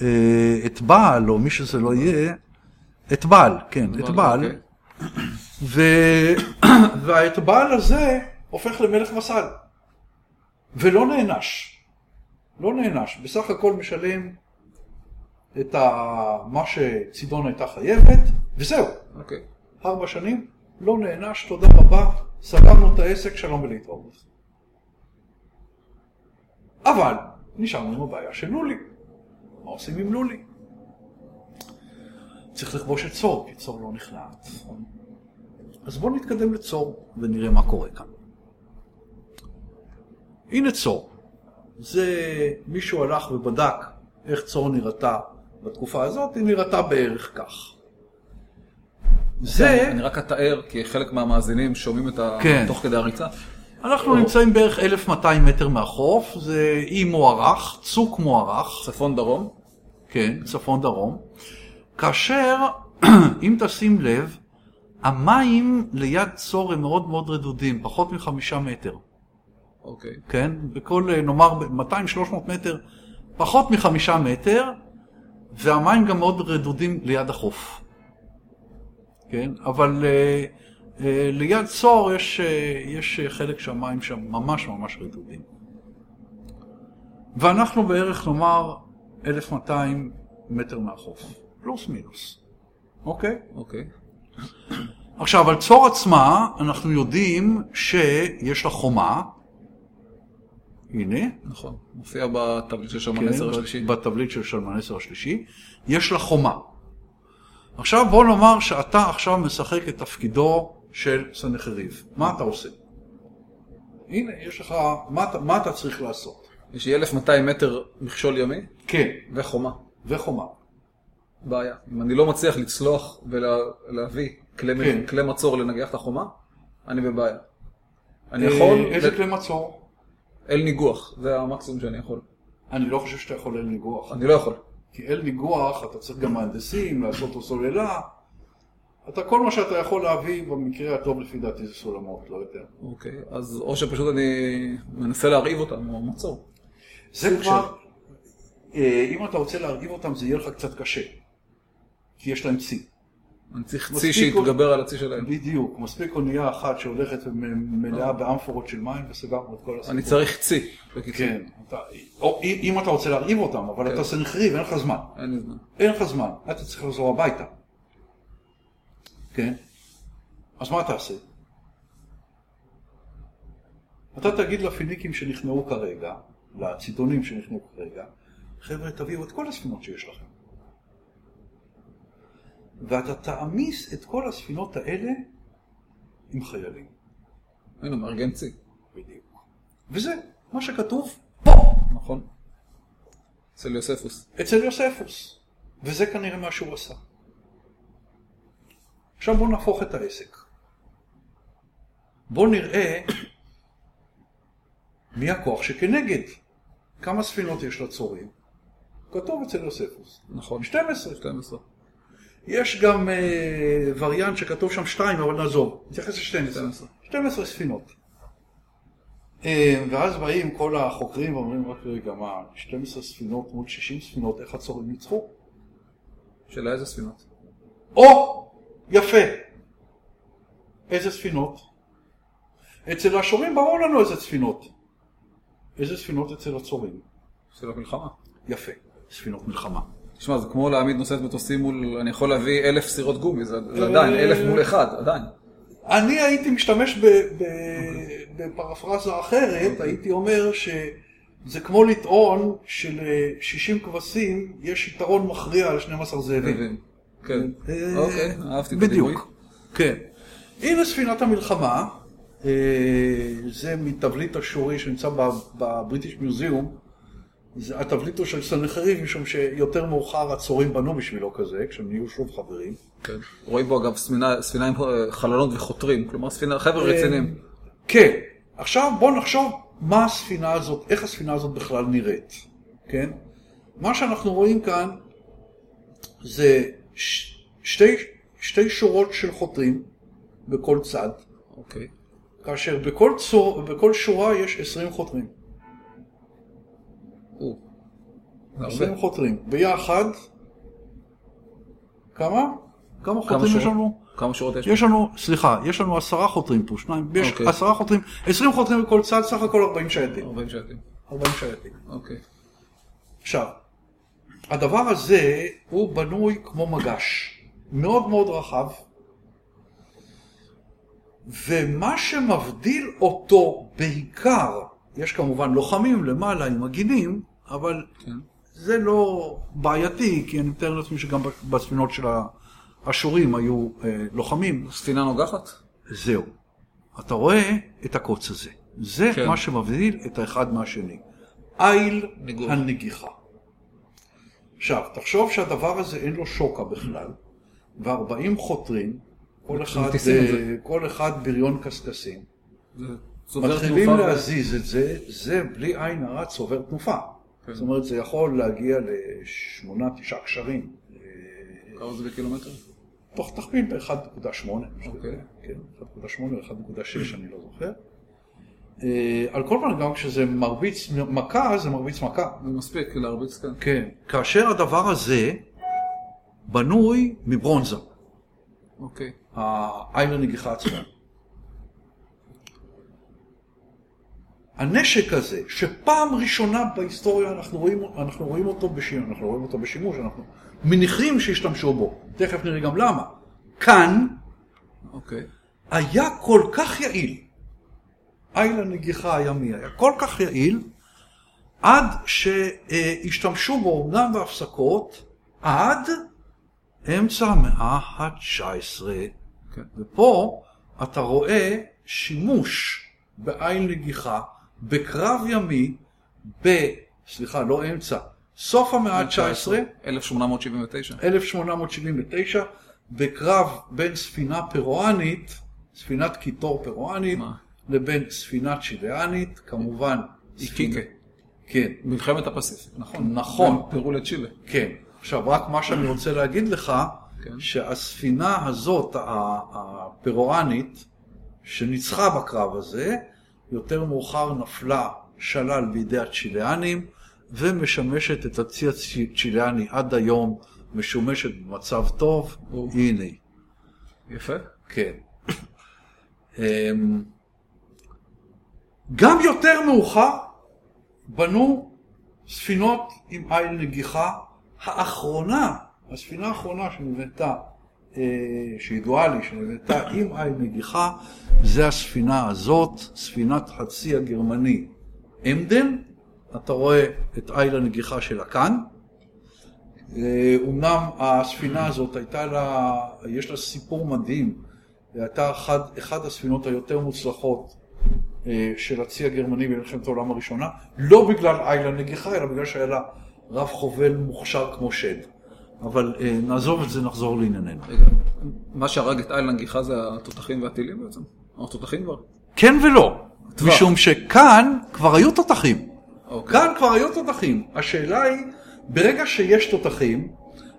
S3: אה, את בעל, או מי שזה לא יהיה, את בעל, כן, את בעל.
S2: אוקיי.
S3: ו... והאתבל הזה הופך למלך וסל. ולא נענש. לא נענש. בסך הכל משלם את ה... מה שצידון הייתה חייבת, וזהו.
S2: אוקיי.
S3: ארבע שנים, לא נענש, תודה רבה, סגרנו את העסק, שלום ולהתראות. אבל, נשארנו עם הבעיה של לולי. מה עושים עם לולי? צריך לכבוש את צור, כי צור לא נכנעת. אז בואו נתקדם לצור ונראה מה קורה כאן. הנה צור. זה מישהו הלך ובדק איך צור נראתה בתקופה הזאת, היא נראתה בערך כך. זה,
S2: כן, אני רק אתאר, כי חלק מהמאזינים שומעים את ה...
S3: כן.
S2: תוך כדי הריצה.
S3: אנחנו נמצאים בערך 1200 מטר מהחוף, זה אי מוערך, צוק מוערך.
S2: צפון דרום.
S3: כן, צפון דרום, כאשר, אם תשים לב, המים ליד צור הם מאוד מאוד רדודים, פחות מחמישה מטר,
S2: אוקיי.
S3: כן? בכל, אה, נאמר, ב-200-300 מטר, פחות מחמישה מטר, והמים גם מאוד רדודים ליד החוף, כן? אבל אה, אה, ליד צור יש, אה, יש אה, חלק שהמים שם ממש ממש רדודים. ואנחנו בערך, נאמר, 1200 מטר מהחוף, פלוס מינוס, אוקיי?
S2: אוקיי.
S3: עכשיו, על צור עצמה, אנחנו יודעים שיש לה חומה. הנה,
S2: נכון. מופיע בתבליט של
S3: כן,
S2: שלמנסר השלישי.
S3: בתבליט של שלמנסר השלישי, יש לה חומה. עכשיו בוא נאמר שאתה עכשיו משחק את תפקידו של סנחריב. מה אתה עושה? הנה, יש לך, מה, אתה- מה אתה צריך לעשות?
S2: יש לי 1200 מטר מכשול ימי
S3: כן,
S2: וחומה.
S3: וחומה.
S2: בעיה. אם אני לא מצליח לצלוח ולהביא כלי,
S3: כן.
S2: כלי מצור לנגח את החומה, אני בבעיה. אני
S3: אה,
S2: יכול
S3: איזה
S2: ל-
S3: כלי מצור?
S2: אל ניגוח, זה המקסימום שאני יכול.
S3: אני לא חושב שאתה יכול אל ניגוח.
S2: אני לא יכול.
S3: כי אל ניגוח אתה צריך גם מהנדסים, לעשות לו סוללה. אתה, כל מה שאתה יכול להביא, במקרה הטוב לפי דעתי זה סולמות, לא יותר.
S2: אוקיי, אז או שפשוט אני מנסה להרעיב אותם, או מצור.
S3: זה כבר, אה, אם אתה רוצה להרגיב אותם זה יהיה לך קצת קשה. כי יש להם צי.
S2: אני צריך צי
S3: מספיק
S2: שיתגבר על הצי שלהם.
S3: בדיוק, מספיק אונייה אחת שהולכת ומלאה באמפורות של מים וסגרנו את כל הסיפור.
S2: אה. אני צריך צי, בקיצור.
S3: כן, אתה, או, אם אם אתה רוצה להרעיב אותם,
S2: כן.
S3: אבל אתה סנחריב, אין לך זמן.
S2: אין לי זמן.
S3: אין לך זמן, אתה צריך לחזור הביתה. כן? אז מה תעשה? אתה תגיד לפיניקים שנכנעו כרגע, לצידונים שנכנעו כרגע, חבר'ה, תביאו את כל הספינות שיש לכם. ואתה תעמיס את כל הספינות האלה עם חיילים.
S2: הנה, מארגן צי,
S3: בדיוק. וזה מה שכתוב
S2: נכון? אצל יוספוס.
S3: אצל יוספוס, וזה כנראה מה שהוא עשה. עכשיו בואו נהפוך את העסק. בואו נראה מי הכוח שכנגד. כמה ספינות יש לצורים? כתוב אצל יוספוס.
S2: נכון.
S3: 12.
S2: 12.
S3: יש גם אה, וריאנט שכתוב שם 2, אבל נעזוב. נתייחס ל-12. 12 ספינות. אה, ואז באים כל החוקרים ואומרים, רק רגע, מה, 12 ספינות מול 60 ספינות, איך הצורים ניצחו?
S2: של איזה ספינות?
S3: או, יפה. איזה ספינות? אצל השומעים ברור לנו איזה ספינות. איזה ספינות אצל הצורים?
S2: של המלחמה.
S3: יפה. ספינות מלחמה.
S2: תשמע, זה כמו להעמיד נושאת מטוסים מול... אני יכול להביא אלף סירות גומי, זה זה עדיין, אלף מול אחד, עדיין.
S3: כן. אני הייתי משתמש ב- ב- בפרפרזה אחרת,
S2: אוקיי.
S3: הייתי אומר שזה כמו לטעון של אה, 60 כבשים, יש יתרון מכריע על 12 זאבים.
S2: מבין. כן.
S3: אה,
S2: אוקיי, אהבתי את הדימוי.
S3: בדיוק, כן. הנה ספינת המלחמה, אה, זה מתבליט אשורי שנמצא ב- בבריטיש מיוזיאום. זה התבליט הוא של סנחריב, משום שיותר מאוחר הצורים בנו בשבילו כזה, כשהם נהיו שוב חברים.
S2: כן. רואים פה אגב ספינה- ספינה עם אה, חלונות וחותרים, כלומר ספינה, חבר'ה
S3: אה,
S2: רציניים.
S3: כן. עכשיו בואו נחשוב מה הספינה הזאת, איך הספינה הזאת בכלל נראית, כן? מה שאנחנו רואים כאן זה ש- שתי, שתי שורות של חותרים בכל צד,
S2: אוקיי.
S3: כאשר בכל, צור, בכל שורה יש 20 חותרים.
S2: או. זה הרבה.
S3: 20 חותרים. ביחד, כמה? כמה חותרים יש
S2: שורות?
S3: לנו?
S2: כמה שורות יש?
S3: יש לנו, סליחה, יש לנו עשרה חותרים פה, שניים, יש
S2: אוקיי.
S3: עשרה חותרים, עשרים חותרים בכל צד, סך הכל ארבעים שייטים.
S2: 40 שייטים.
S3: ארבעים שייטים.
S2: אוקיי.
S3: עכשיו, הדבר הזה הוא בנוי כמו מגש, מאוד מאוד רחב, ומה שמבדיל אותו בעיקר, יש כמובן לוחמים למעלה עם מגינים, אבל
S2: כן.
S3: זה לא בעייתי, כי אני מתאר לעצמי שגם בספינות של האשורים היו אה, לוחמים.
S2: ספינה נוגחת?
S3: זהו. אתה רואה את הקוץ הזה. זה
S2: כן.
S3: כן. מה שמבדיל את האחד מהשני. איל
S2: ניגוח.
S3: הנגיחה. עכשיו, תחשוב שהדבר הזה אין לו שוקה בכלל, ו-40 חותרים, כל אחד,
S2: מטיסים את
S3: אה,
S2: זה.
S3: כל אחד בריון קשקשים.
S2: זה צובר
S3: מתחילים
S2: תנופה ו-
S3: להזיז את זה, זה בלי עין הרע צובר תנופה.
S2: כן.
S3: זאת אומרת, זה יכול להגיע לשמונה, תשעה קשרים. אה,
S2: כמה זה בקילומטר?
S3: תוך תכפיל ב-1.8.
S2: אוקיי.
S3: כן, 1.8 או 1.6, אני לא זוכר. אה, על כל פנים, גם כשזה מרביץ מכה, זה מרביץ מכה.
S2: זה מספיק להרביץ כאן.
S3: כן. כאשר הדבר הזה בנוי מברונזה,
S2: אוקיי.
S3: העין לנגיחה עצמה. הנשק הזה, שפעם ראשונה בהיסטוריה אנחנו רואים, אנחנו רואים, אותו, בשימוש, אנחנו רואים אותו בשימוש, אנחנו מניחים שהשתמשו בו, תכף נראה גם למה. כאן
S2: אוקיי.
S3: היה כל כך יעיל, איל הנגיחה הימי היה כל כך יעיל, עד שהשתמשו בו אומנם בהפסקות, עד אמצע המאה ה-19.
S2: כן.
S3: ופה אתה רואה שימוש בעיל נגיחה, בקרב ימי, ב... סליחה, לא אמצע, סוף המאה ה-19,
S2: 1879.
S3: 1879, בקרב בין ספינה פרואנית, ספינת קיטור פרואנית,
S2: מה?
S3: לבין ספינה צ'יליאנית, כמובן.
S2: איקיקה.
S3: ספינה- כן,
S2: מלחמת הפסיפיק, נכון.
S3: נכון.
S2: פרו לצ'ילה.
S3: כן. עכשיו, רק מה שאני רוצה להגיד לך,
S2: כן.
S3: שהספינה הזאת, ה- הפרואנית, שניצחה בקרב הזה, יותר מאוחר נפלה שלל בידי הצ'יליאנים, ומשמשת את הצי הצ'יליאני עד היום, משומשת במצב טוב,
S2: או.
S3: הנה היא.
S2: יפה.
S3: כן. אמ, גם יותר מאוחר בנו ספינות עם איל נגיחה. האחרונה, הספינה האחרונה שנבנתה, אה, שידועה לי, שנבנתה עם איל נגיחה, זה הספינה הזאת, ספינת הצי הגרמני אמדן. אתה רואה את איל הנגיחה שלה כאן. אה, אומנם הספינה הזאת הייתה לה, יש לה סיפור מדהים, היא הייתה אחת, אחת הספינות היותר מוצלחות אה, של הצי הגרמני במלחמת העולם הראשונה, לא בגלל איילה נגיחה, אלא בגלל שהיה לה רב חובל מוכשר כמו שד. אבל אה, נעזוב את זה, נחזור לענייננו.
S2: רגע, מה שהרג את איילנד גיחה זה התותחים והטילים בעצם? או התותחים כבר?
S3: כן ולא,
S2: טווח.
S3: משום שכאן כבר היו תותחים.
S2: אוקיי.
S3: כאן כבר היו תותחים. השאלה היא, ברגע שיש תותחים,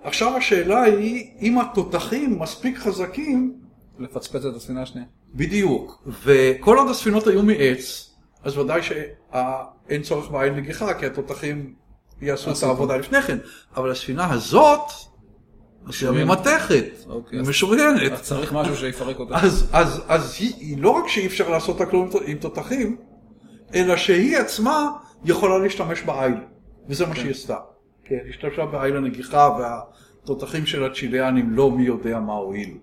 S3: עכשיו השאלה היא אם התותחים מספיק חזקים
S2: לפצפץ את הספינה השנייה.
S3: בדיוק, וכל עוד הספינות היו מעץ, אז ודאי שאין צורך בעין נגיחה, כי התותחים יעשו
S2: אוקיי.
S3: את העבודה לפני כן, אבל הספינה הזאת, הספינה
S2: משוריינת.
S3: ממתכת,
S2: אוקיי,
S3: היא
S2: אז-
S3: משוריינת.
S2: אז צריך משהו שיפרק אותה.
S3: אז, אז, אז היא, היא לא רק שאי אפשר לעשות לה כלום עם תותחים, אלא שהיא עצמה יכולה להשתמש בעיל, וזה
S2: אוקיי.
S3: מה שהיא עשתה. כן, היא השתמשה בעיל הנגיחה, והתותחים של הצ'יליאנים לא מי יודע מה הועילו.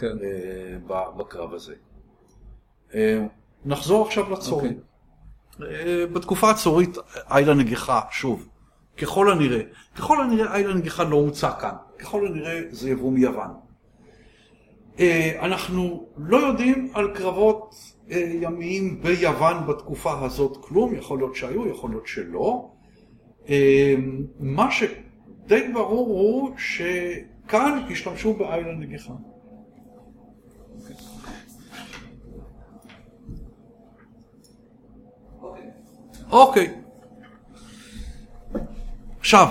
S2: כן.
S3: אה, ב- בקרב הזה. אה, נחזור עכשיו
S2: אוקיי.
S3: לצורים. אה, בתקופה הצורית איילה נגיחה, שוב, ככל הנראה, ככל הנראה איילה נגיחה לא הוצא כאן, ככל הנראה זה יבוא מיוון. אה, אנחנו לא יודעים על קרבות אה, ימיים ביוון בתקופה הזאת כלום, יכול להיות שהיו, יכול להיות שלא. אה, מה שדי ברור הוא שכאן השתמשו באיילה נגיחה. אוקיי. עכשיו,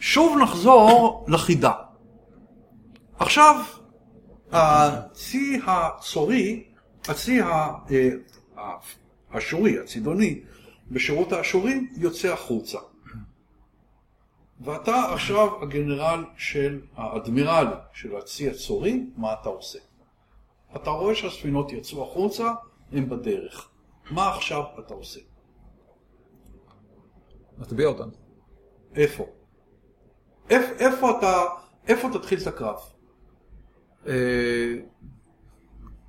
S3: שוב נחזור לחידה. עכשיו, הצי הצורי, הצי ה- אה, האשורי, הצידוני, בשירות האשורים, יוצא החוצה. ואתה עכשיו הגנרל של, האדמירל של הצי הצורי, מה אתה עושה? אתה רואה שהספינות יצאו החוצה, הן בדרך. מה עכשיו אתה עושה?
S2: נטביע אותם.
S3: איפה? איפ, איפה אתה, איפה תתחיל את הקרב?
S2: אה,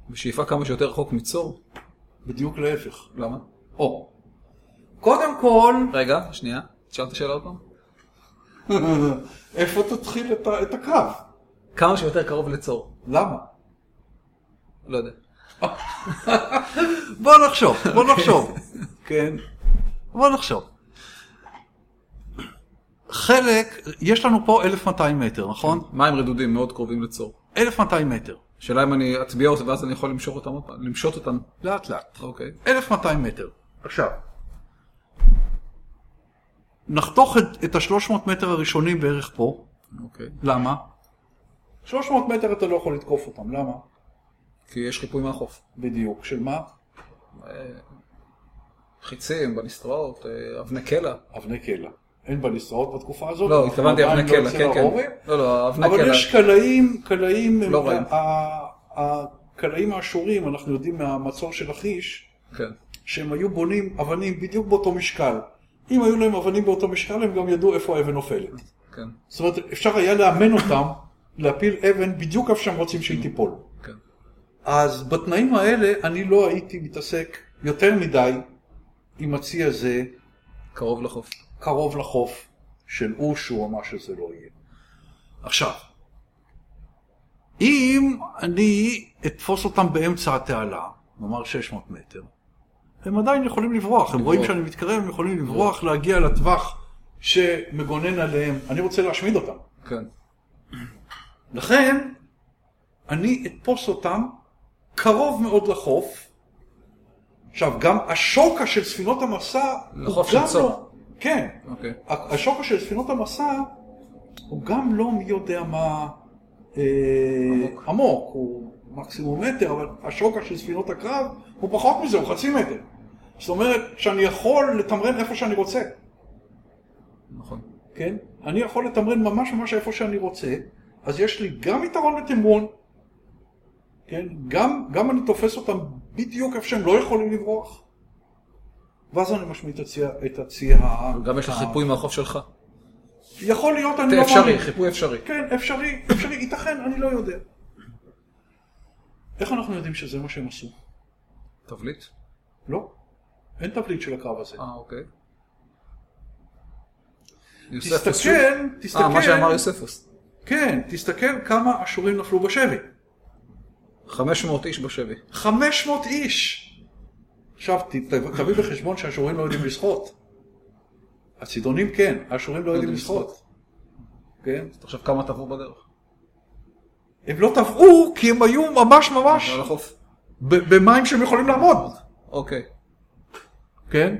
S2: בשאיפה כמה שיותר רחוק מצור.
S3: בדיוק להפך.
S2: למה?
S3: או.
S4: קודם כל,
S2: רגע, שנייה, תשאל את השאלה עוד פעם.
S3: איפה תתחיל את ה- את הקרב?
S2: כמה שיותר קרוב לצור.
S3: למה?
S2: לא יודע.
S4: בוא נחשוב, בוא נחשוב,
S3: כן.
S4: בוא נחשוב. חלק, יש לנו פה 1200 מטר, נכון?
S2: מים רדודים מאוד קרובים לצור.
S4: 1200 מטר,
S2: השאלה אם אני אטביע אותם ואז אני יכול למשוך אותם עוד פעם, למשות אותם.
S4: לאט לאט.
S2: אוקיי.
S4: 1200 מטר. עכשיו. נחתוך את, את ה-300 מטר הראשונים בערך פה,
S2: אוקיי.
S4: למה?
S3: 300 מטר אתה לא יכול לתקוף אותם, למה?
S2: כי יש חיפוי מהחוף.
S3: בדיוק. של מה?
S2: חיצים, בנסתרות, אה, אבני קלע.
S3: אבני קלע. אין בליסטראות בתקופה הזאת.
S2: לא, התכוונתי
S3: אנחנו
S2: אבני
S3: עדיין לא
S2: קלע,
S3: אצל
S2: כן,
S3: ההורים.
S2: כן. לא, לא, אבני
S3: אבל
S2: קלע.
S3: יש קלעים, קלעים,
S2: לא רואים.
S3: ה- ה- הקלעים האשורים, אנחנו יודעים מהמצור של לכיש,
S2: כן.
S3: שהם היו בונים אבנים בדיוק באותו משקל. אם היו להם אבנים באותו משקל, הם גם ידעו איפה האבן נופלת.
S2: כן,
S3: זאת אומרת, אפשר היה לאמן אותם להפיל אבן בדיוק איפה שהם רוצים שהיא תיפול.
S2: כן.
S3: אז בתנאים האלה אני לא הייתי מתעסק יותר מדי עם הצי הזה
S2: קרוב לחוף.
S3: קרוב לחוף של אושו או מה שזה לא יהיה.
S4: עכשיו. אם אני אתפוס אותם באמצע התעלה, נאמר 600 מטר, הם עדיין יכולים לברוח, הם רואים שאני מתקרב, הם יכולים לברוח, להגיע לטווח
S3: שמגונן עליהם, אני רוצה להשמיד אותם.
S2: כן.
S3: לכן אני אתפוס אותם קרוב מאוד לחוף. עכשיו, גם השוקה של ספינות המסע... הוא
S2: לחוף
S3: גם
S2: של צור.
S3: לא- כן.
S2: אוקיי.
S3: ה- השוקה של ספינות המסע הוא גם לא מי יודע מה אה,
S2: עמוק.
S3: עמוק, הוא מקסימום מטר, אבל השוקה של ספינות הקרב הוא פחות מזה, הוא חצי מטר. זאת אומרת שאני יכול לתמרן איפה שאני רוצה,
S2: נכון.
S3: כן? אני יכול לתמרן ממש ממש איפה שאני רוצה, אז יש לי גם יתרון בתמרון, כן? גם, גם אני תופס אותם בדיוק איפה שהם לא יכולים לברוח, ואז אני משמיט את הצי- את הצי ה...
S2: גם יש לך חיפוי מהחוף שלך.
S3: יכול להיות, אני
S2: זה
S3: אה. לא
S2: אפשרי, חיפוי אפשרי.
S3: כן, אפשרי, אפשרי, ייתכן, אני לא יודע. איך אנחנו יודעים שזה מה שהם עשו?
S2: תבליט?
S3: לא. אין תבליט של הקרב הזה.
S2: אה, אוקיי. יוספוס שוב?
S3: תסתכל, תסתכל,
S2: אה, מה שאמר יוספוס.
S3: כן, תסתכל כמה אשורים נפלו בשבי.
S2: 500 איש בשבי.
S3: 500 איש! עכשיו, ת- ת- תביא בחשבון שהאשורים לא יודעים לשחות. הצידונים כן, האשורים לא יודעים
S2: יודעים
S3: לשחות. כן?
S2: אז עכשיו כמה תעבור בדרך?
S3: הם לא טבעו כי הם היו ממש ממש
S2: על החוף.
S3: ב- במים שהם יכולים לעמוד.
S2: אוקיי.
S3: כן?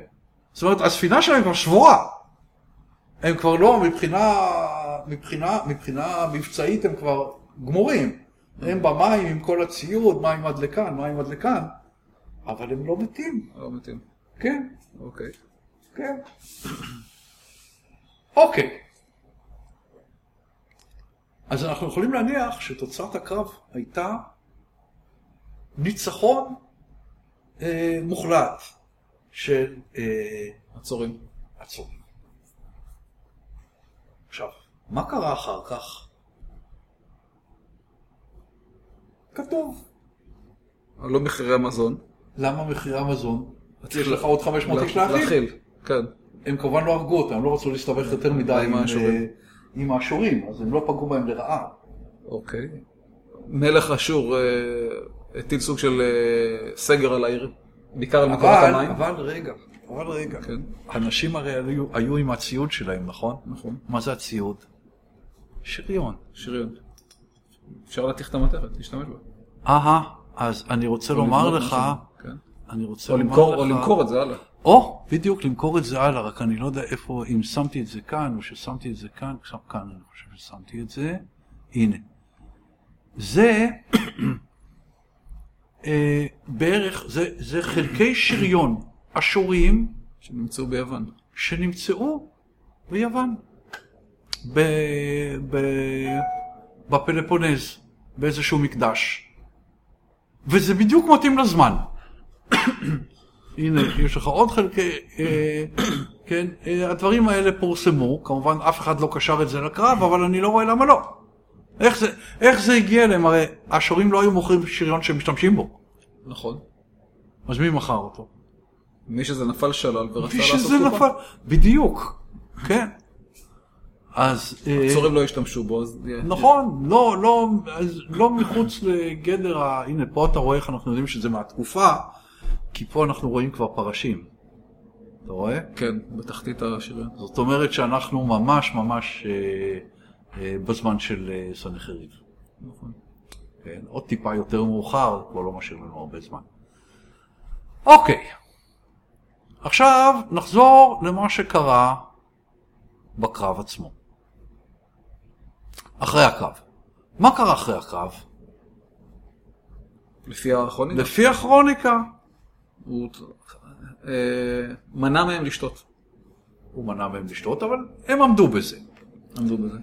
S3: זאת אומרת, הספינה שלהם כבר שבורה. הם כבר לא, מבחינה, מבחינה, מבחינה מבצעית הם כבר גמורים. הם במים עם כל הציוד, מים עד לכאן, מים עד לכאן, אבל הם לא מתים,
S2: לא מתאים.
S3: כן,
S2: אוקיי.
S3: כן. אוקיי. אז אנחנו יכולים להניח שתוצאת הקרב הייתה ניצחון אה, מוחלט של אה,
S2: עצורים.
S3: עצום. עכשיו, מה קרה אחר כך? כתוב.
S2: עלו לא מחירי המזון.
S3: למה מחירי המזון? יש
S2: לה-
S3: לך עוד 500 איש
S2: לה-
S3: להאכיל?
S2: כן.
S3: הם כמובן לא הרגו אותם, הם לא רצו להסתבך יותר מדי
S2: עם
S3: עם, אה,
S2: האשורים.
S3: עם האשורים, אז הם לא פגעו בהם לרעה.
S2: אוקיי. מלך אשור אה, הטיל סוג של אה, סגר על העיר. בעיקר על מקורות
S3: אבל,
S2: המים.
S3: אבל רגע, אבל רגע.
S2: כן.
S4: אנשים הרי היו, היו עם הציוד שלהם, נכון?
S2: נכון.
S4: מה זה הציוד? שריון.
S2: שריון. אפשר להתיך את המתכת, להשתמש בה.
S4: אהה, אז אני רוצה לומר
S2: לבנות
S4: לך,
S2: משהו, כן.
S4: אני רוצה
S2: או
S4: לומר
S2: למכור,
S4: לך...
S2: או למכור את זה הלאה.
S4: או, בדיוק, למכור את זה הלאה, רק אני לא יודע איפה, אם שמתי את זה כאן, או ששמתי את זה כאן, עכשיו כאן אני חושב ששמתי את זה, הנה. זה אה, בערך, זה, זה חלקי שריון אשורים
S2: שנמצאו ביוון.
S4: שנמצאו ביוון, ב, ב, בפלפונז, באיזשהו מקדש. וזה בדיוק מתאים לזמן. הנה, יש לך עוד חלקי, אה, כן, אה, הדברים האלה פורסמו, כמובן אף אחד לא קשר את זה לקרב, אבל אני לא רואה למה לא. איך זה, איך זה הגיע אליהם? הרי השורים לא היו מוכרים שריון שהם משתמשים בו,
S2: נכון.
S4: אז מי מכר אותו?
S2: מי שזה נפל שלל ורצה לעשות
S3: שזה נפל, בדיוק, כן. אז... אה,
S2: הצורים לא השתמשו בו, אז...
S3: נכון, לא, לא, אז לא מחוץ לגדר ה... הנה, פה אתה רואה איך אנחנו יודעים שזה מהתקופה, כי פה אנחנו רואים כבר פרשים. אתה רואה?
S2: כן, בתחתית השריון.
S3: זאת אומרת שאנחנו ממש ממש אה, אה, בזמן של אה, סנחריב. כן, עוד טיפה יותר מאוחר, כבר לא משאיר לנו הרבה זמן. אוקיי, עכשיו נחזור למה שקרה בקרב עצמו. אחרי הקרב. מה קרה אחרי הקרב?
S2: לפי הארכונים,
S3: לפי הכרוניקה,
S2: הוא אה, מנע מהם לשתות.
S3: הוא מנע מהם לשתות, אבל הם עמדו בזה.
S2: עמדו בזה.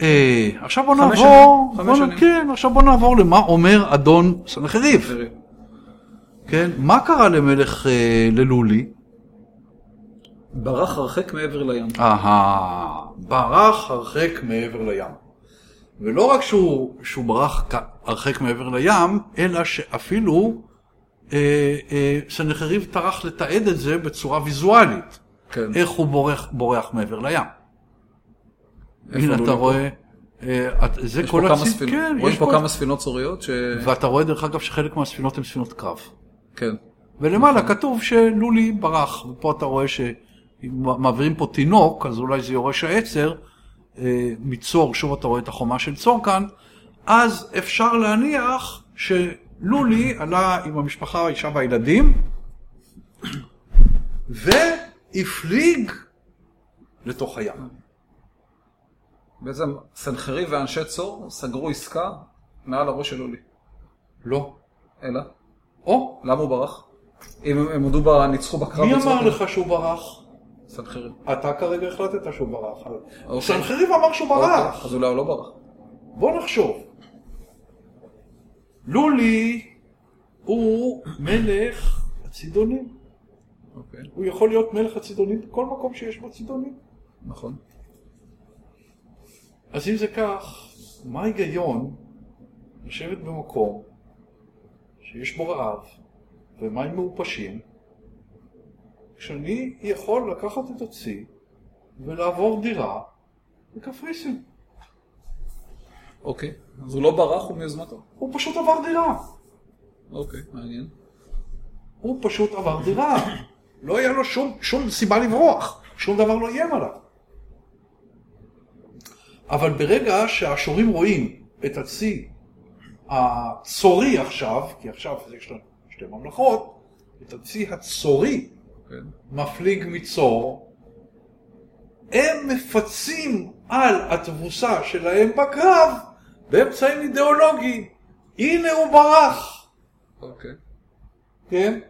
S3: אה, עכשיו בוא
S2: חמש
S3: נעבור,
S2: שנים, חמש
S3: בוא, נ-
S2: שנים.
S3: כן, עכשיו בוא נעבור למה אומר אדון סנחריב.
S2: תראי,
S3: כן, מה קרה למלך אה, ללולי?
S2: ברח הרחק מעבר לים.
S3: אהה, ברח הרחק מעבר לים. ולא רק שהוא, שהוא ברח כ- הרחק מעבר לים, אלא שאפילו אה, אה, סנחריב טרח לתעד את זה בצורה ויזואלית.
S2: כן.
S3: איך הוא בורח, בורח מעבר לים.
S2: איפה
S3: הנה
S2: לולי פה?
S3: אתה רואה, אה, את- זה
S2: יש פה
S3: כל
S2: כמה
S3: הצי-
S2: ספינות,
S3: כן,
S2: רואים
S3: יש
S2: פה
S3: פה-
S2: כמה ספינות צוריות ש...
S3: ואתה רואה דרך אגב שחלק מהספינות הן ספינות קרב.
S2: כן.
S3: ולמעלה כתוב שלולי ברח, ופה אתה רואה שמעבירים פה תינוק, אז אולי זה יורש העצר, אה, מצור, שוב אתה רואה את החומה של צור כאן, אז אפשר להניח שלולי עלה עם המשפחה, האישה והילדים, והפליג לתוך הים.
S2: בעצם סנחריב ואנשי צור סגרו עסקה מעל הראש של לולי.
S3: לא.
S2: אלא?
S3: או,
S2: למה הוא ברח? אם הם- הם הודו בה, ניצחו בקרב
S3: מי
S2: בצורה-
S3: אמר לך שהוא ברח?
S2: סנחריב.
S3: אתה כרגע החלטת שהוא ברח.
S2: אוקיי.
S3: סנחריב אמר שהוא ברח.
S2: אז אולי הוא לא ברח.
S3: בוא נחשוב. לולי הוא מלך הצידונים.
S2: אוקיי,
S3: הוא יכול להיות מלך הצידונים בכל מקום שיש בו צידונים.
S2: נכון.
S3: אז אם זה כך, מה ההיגיון לשבת במקום שיש בו רעב ומים מעופשים, כשאני יכול לקחת את הצי ולעבור דירה בקפריסין?
S2: אוקיי. אז הוא לא ברח, הוא מיוזמתו.
S3: הוא פשוט עבר דירה.
S2: אוקיי, מעניין.
S3: הוא פשוט עבר דירה. לא היה לו שום, שום סיבה לברוח, שום דבר לא איים עליו. אבל ברגע שהשורים רואים את הצי הצורי עכשיו, כי עכשיו יש לנו שתי ממלכות, את הצי הצורי
S2: כן.
S3: מפליג מצור, הם מפצים על התבוסה שלהם בקרב באמצעים אידיאולוגיים. הנה הוא ברח.
S2: אוקיי.
S3: כן?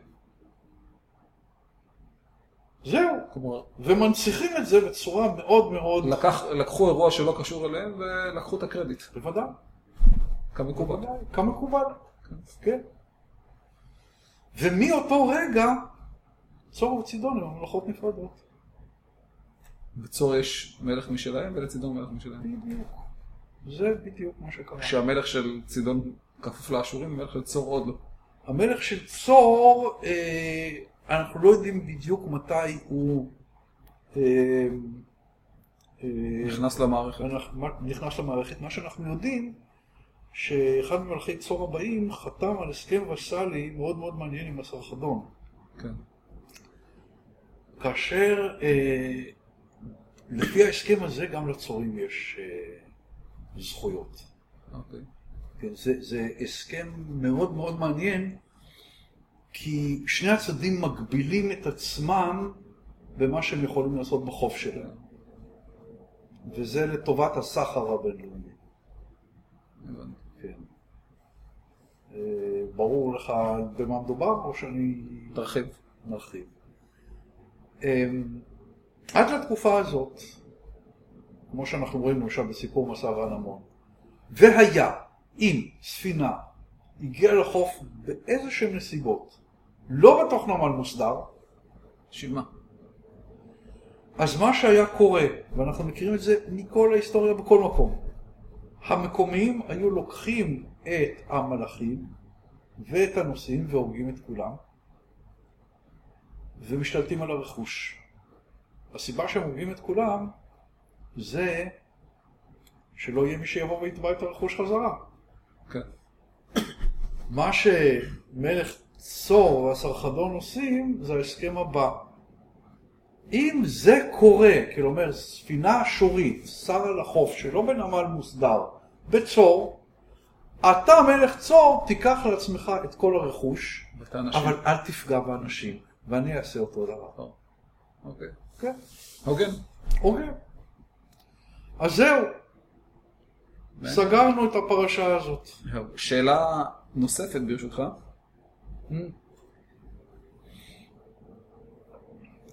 S3: זהו.
S2: כלומר,
S3: ומנציחים את זה בצורה מאוד מאוד...
S2: לקח, לקחו אירוע שלא קשור אליהם ולקחו את הקרדיט.
S3: בוודאי,
S2: כמקובל.
S3: בוודאי, כמקובל. כן. ומאותו רגע, צור וצידון הם ממלכות נפרדות.
S2: בצור יש מלך משלהם ולצידון מלך משלהם.
S3: בדיוק. זה בדיוק מה שקרה.
S2: כשהמלך של צידון כפוף לאשורים, המלך של צור עוד לא.
S3: המלך של צור, אה, אנחנו לא יודעים בדיוק מתי הוא אה, אה,
S2: נכנס למערכת.
S3: אנחנו- מה- נכנס למערכת. מה שאנחנו יודעים, שאחד ממלכי צור הבאים חתם על הסכם וסאלי מאוד מאוד מעניין עם הסרחדון.
S2: כן.
S3: כאשר אה, לפי ההסכם הזה גם לצורים יש אה, זכויות.
S2: אוקיי.
S3: כן, זה, זה הסכם מאוד מאוד מעניין, כי שני הצדדים מגבילים את עצמם במה שהם יכולים לעשות בחוף
S2: כן,
S3: שלהם. וזה לטובת הסחר הבינלאומי.
S2: הבנתי.
S3: כן. אה, ברור לך במה מדובר, או שאני
S2: תרחיב.
S3: נרחיב. אמ, עד לתקופה הזאת, כמו שאנחנו רואים למשל בסיפור מסע רענמון, והיה אם ספינה הגיעה לחוף באיזה שהם נסיבות, לא בתוך נמל מוסדר,
S2: שילמה.
S3: אז מה שהיה קורה, ואנחנו מכירים את זה מכל ההיסטוריה בכל מקום, המקומיים היו לוקחים את המלאכים ואת הנוסעים והורגים את כולם, ומשתלטים על הרכוש. הסיבה שהם הורגים את כולם זה שלא יהיה מי שיבוא ויתבע את הרכוש חזרה.
S2: כן.
S3: מה שמלך צור והסרחדון עושים זה ההסכם הבא. אם זה קורה, כלומר ספינה שורית סרה לחוף שלא בנמל מוסדר, בצור, אתה מלך צור תיקח לעצמך את כל הרכוש,
S2: ואת האנשים.
S3: אבל אל תפגע באנשים, ואני אעשה אותו דבר.
S2: אוקיי.
S3: כן,
S2: הוגן.
S3: אוקיי. אז זהו, סגרנו את הפרשה הזאת.
S2: שאלה נוספת ברשותך.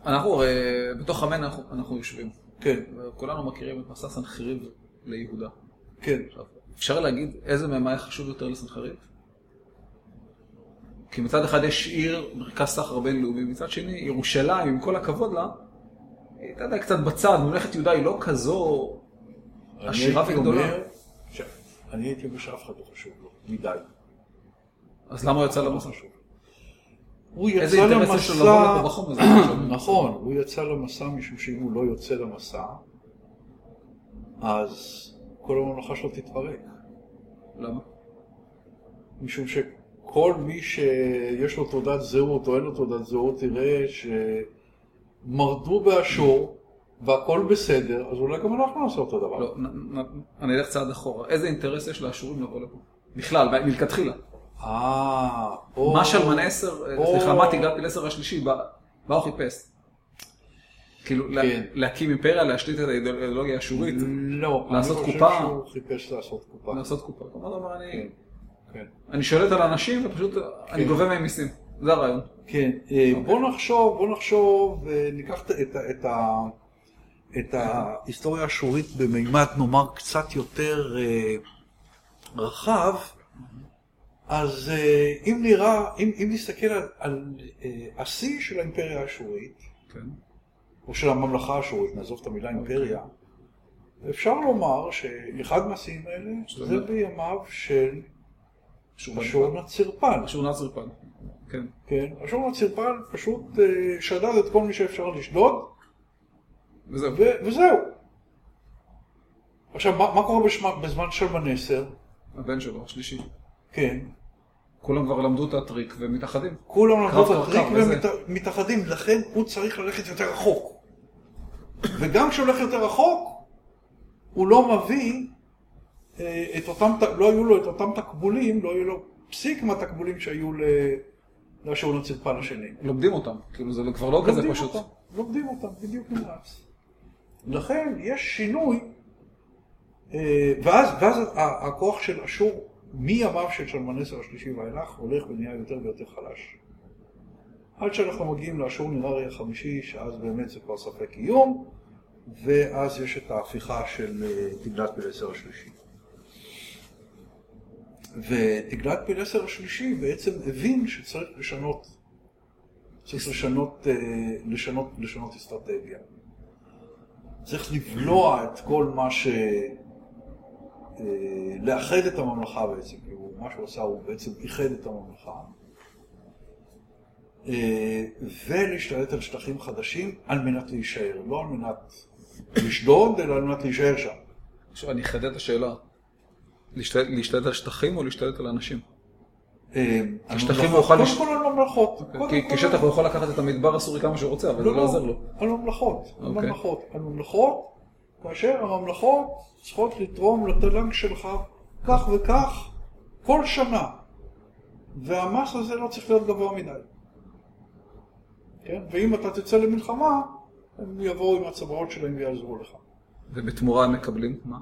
S2: אנחנו, הרי בתוך עמנו אנחנו- אנחנו יושבים.
S3: כן,
S2: כולנו מכירים את מסע סנחריב ליהודה.
S3: כן.
S2: עכשיו, אפשר להגיד איזה מהם היה חשוב יותר לסנחריב? כי מצד אחד יש עיר, מרכז סחר בינלאומי, מצד שני, ירושלים, עם כל הכבוד לה, היא, אתה יודע, קצת בצד, ממלכת יהודה היא לא כזו עשירה
S3: אני הייתי
S2: וגדולה.
S3: אומר ש- אני הייתי אומר שאף אחד לא חשוב לו, מדי.
S2: אז למה הוא יצא
S3: לא
S2: למסע?
S3: חשוב. הוא
S2: איזה
S3: יצא
S2: אינטרס יש לו לבוא לפה
S3: למסע,
S2: בחום הזה? עכשיו?
S3: נכון, הוא יצא למסע משום שאם הוא לא יוצא למסע, אז כל הממלכה שלו תתפרק.
S2: למה?
S3: משום שכל מי שיש לו תעודת זהות או אין לו תעודת זהות, יראה שמרדו באשור והכל בסדר, אז אולי גם אנחנו נעשה אותו דבר.
S2: לא, נ- נ- אני אלך צעד אחורה. איזה אינטרס יש לאשורים לבוא לפה? בכלל, ב- מלכתחילה.
S3: אה, או-
S2: מה שלמן עשר, אה,
S3: או-
S2: סליחה, מה תגרת אל עשר השלישי, בא- מה הוא חיפש? כאילו, לה-
S3: כן.
S2: להקים אימפריה, להשליט את האידיאולוגיה האשורית,
S3: לא,
S2: לעשות
S3: אני
S2: קופה?
S3: חושב שהוא חיפש לעשות קופה.
S2: לעשות קופה. כלומר, אבל אני-
S3: כן.
S2: אני שולט על אנשים ופשוט אני גובה מהם מיסים. זה הרעיון.
S3: כן, אה, בוא נחשוב, בוא נחשוב, אה, ניקח את, את, ה- את, ה, את ההיסטוריה האשורית במימד נאמר קצת יותר אה, רחב, אז אה, אם נראה, אם, אם נסתכל על, על אה, השיא של האימפריה האשורית,
S2: כן.
S3: או של הממלכה האשורית, נעזוב את המילה אימפריה, אפשר לומר שאחד מהשיאים האלה
S2: שאתה
S3: זה
S2: אומר.
S3: בימיו של
S2: אשור
S3: אשור נצירפן.
S2: אשור נאצר פן. כן.
S3: כן, השור הצירפן פשוט אה, שדד את כל מי שאפשר לשדוד,
S2: וזהו.
S3: ו- וזהו. עכשיו, מה, מה קורה בשמה, בזמן שלמנסר?
S2: הבן שלו, השלישי.
S3: כן,
S2: כולם כבר למדו את הטריק והם מתאחדים.
S3: כולם
S2: קרב
S3: למדו את הטריק
S2: קרקר, וזה.
S3: ומתאחדים, לכן הוא צריך ללכת יותר רחוק. וגם כשהוא הולך יותר רחוק, הוא לא מביא אה, את אותם, ת- לא היו לו את אותם תקבולים, לא היו לו פסיק מהתקבולים שהיו ל... לשעון הצירפן השני.
S2: לומדים אותם. כאילו, זה כבר לא כזה
S3: לומדים
S2: פשוט.
S3: אותם, לומדים אותם, בדיוק נמרץ. לכן יש שינוי, אה, ואז, ואז ה- הכוח של אשור מימיו של שלמנסר השלישי ואילך הולך ונהיה יותר ויותר חלש. עד שאנחנו מגיעים לאשור נררי החמישי, שאז באמת זה כבר ספק איום, ואז יש את ההפיכה של אה, תגלת פילסר השלישי. ותגלת פילסר השלישי בעצם הבין שצריך לשנות צריך לשנות, אה, לשנות, לשנות אסטרטגיה. צריך לבלוע את כל מה ש... אה, לאחד את הממלכה בעצם, כי הוא- מה שהוא עשה הוא בעצם איחד את הממלכה. אה, ולהשתלט על שטחים חדשים על מנת להישאר, לא על מנת לשדוד, אלא על מנת להישאר שם.
S2: עכשיו אני אחדד את השאלה. להשתלט, להשתלט על שטחים או להשתלט על אנשים?
S3: אה, על
S2: השטחים
S3: ממלכות-
S2: הוא יוכל לש-
S3: קודם כל על ממלכות. קודם
S2: כי,
S3: כל
S2: כי
S3: על
S2: שטח הוא יכול לקחת את המדבר הסורי כמה שהוא רוצה, אבל זה לא עוזר לו.
S3: על ממלכות, על
S2: אוקיי.
S3: ממלכות, על ממלכות, כאשר הממלכות צריכות לתרום לתל"ג שלך כך וכך כל שנה, והמס הזה לא צריך להיות גבוה מדי. כן? ואם אתה תצא למלחמה, הם יבואו עם הצבאות שלהם ויעזרו לך.
S2: ובתמורה הם מקבלים, מה?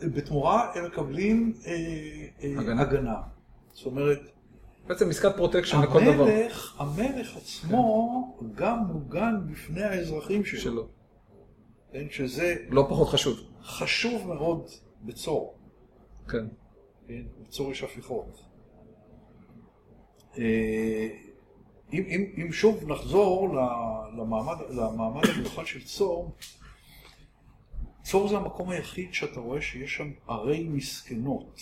S3: בתמורה הם מקבלים אה, אה,
S2: הגנה.
S3: הגנה. זאת אומרת,
S2: בעצם עסקת פרוטקשן לכל דבר כן.
S3: המלך, המלך עצמו גם מוגן בפני האזרחים שלו.
S2: שלו.
S3: כן, שזה
S2: לא פחות חשוב.
S3: חשוב מאוד בצור,
S2: כן.
S3: כן? בצור יש הפיכות. אה, אם, אם, אם שוב נחזור ל- למעמד, למעמד המיוחד של צור, צור זה המקום היחיד שאתה רואה שיש שם ערי מסכנות.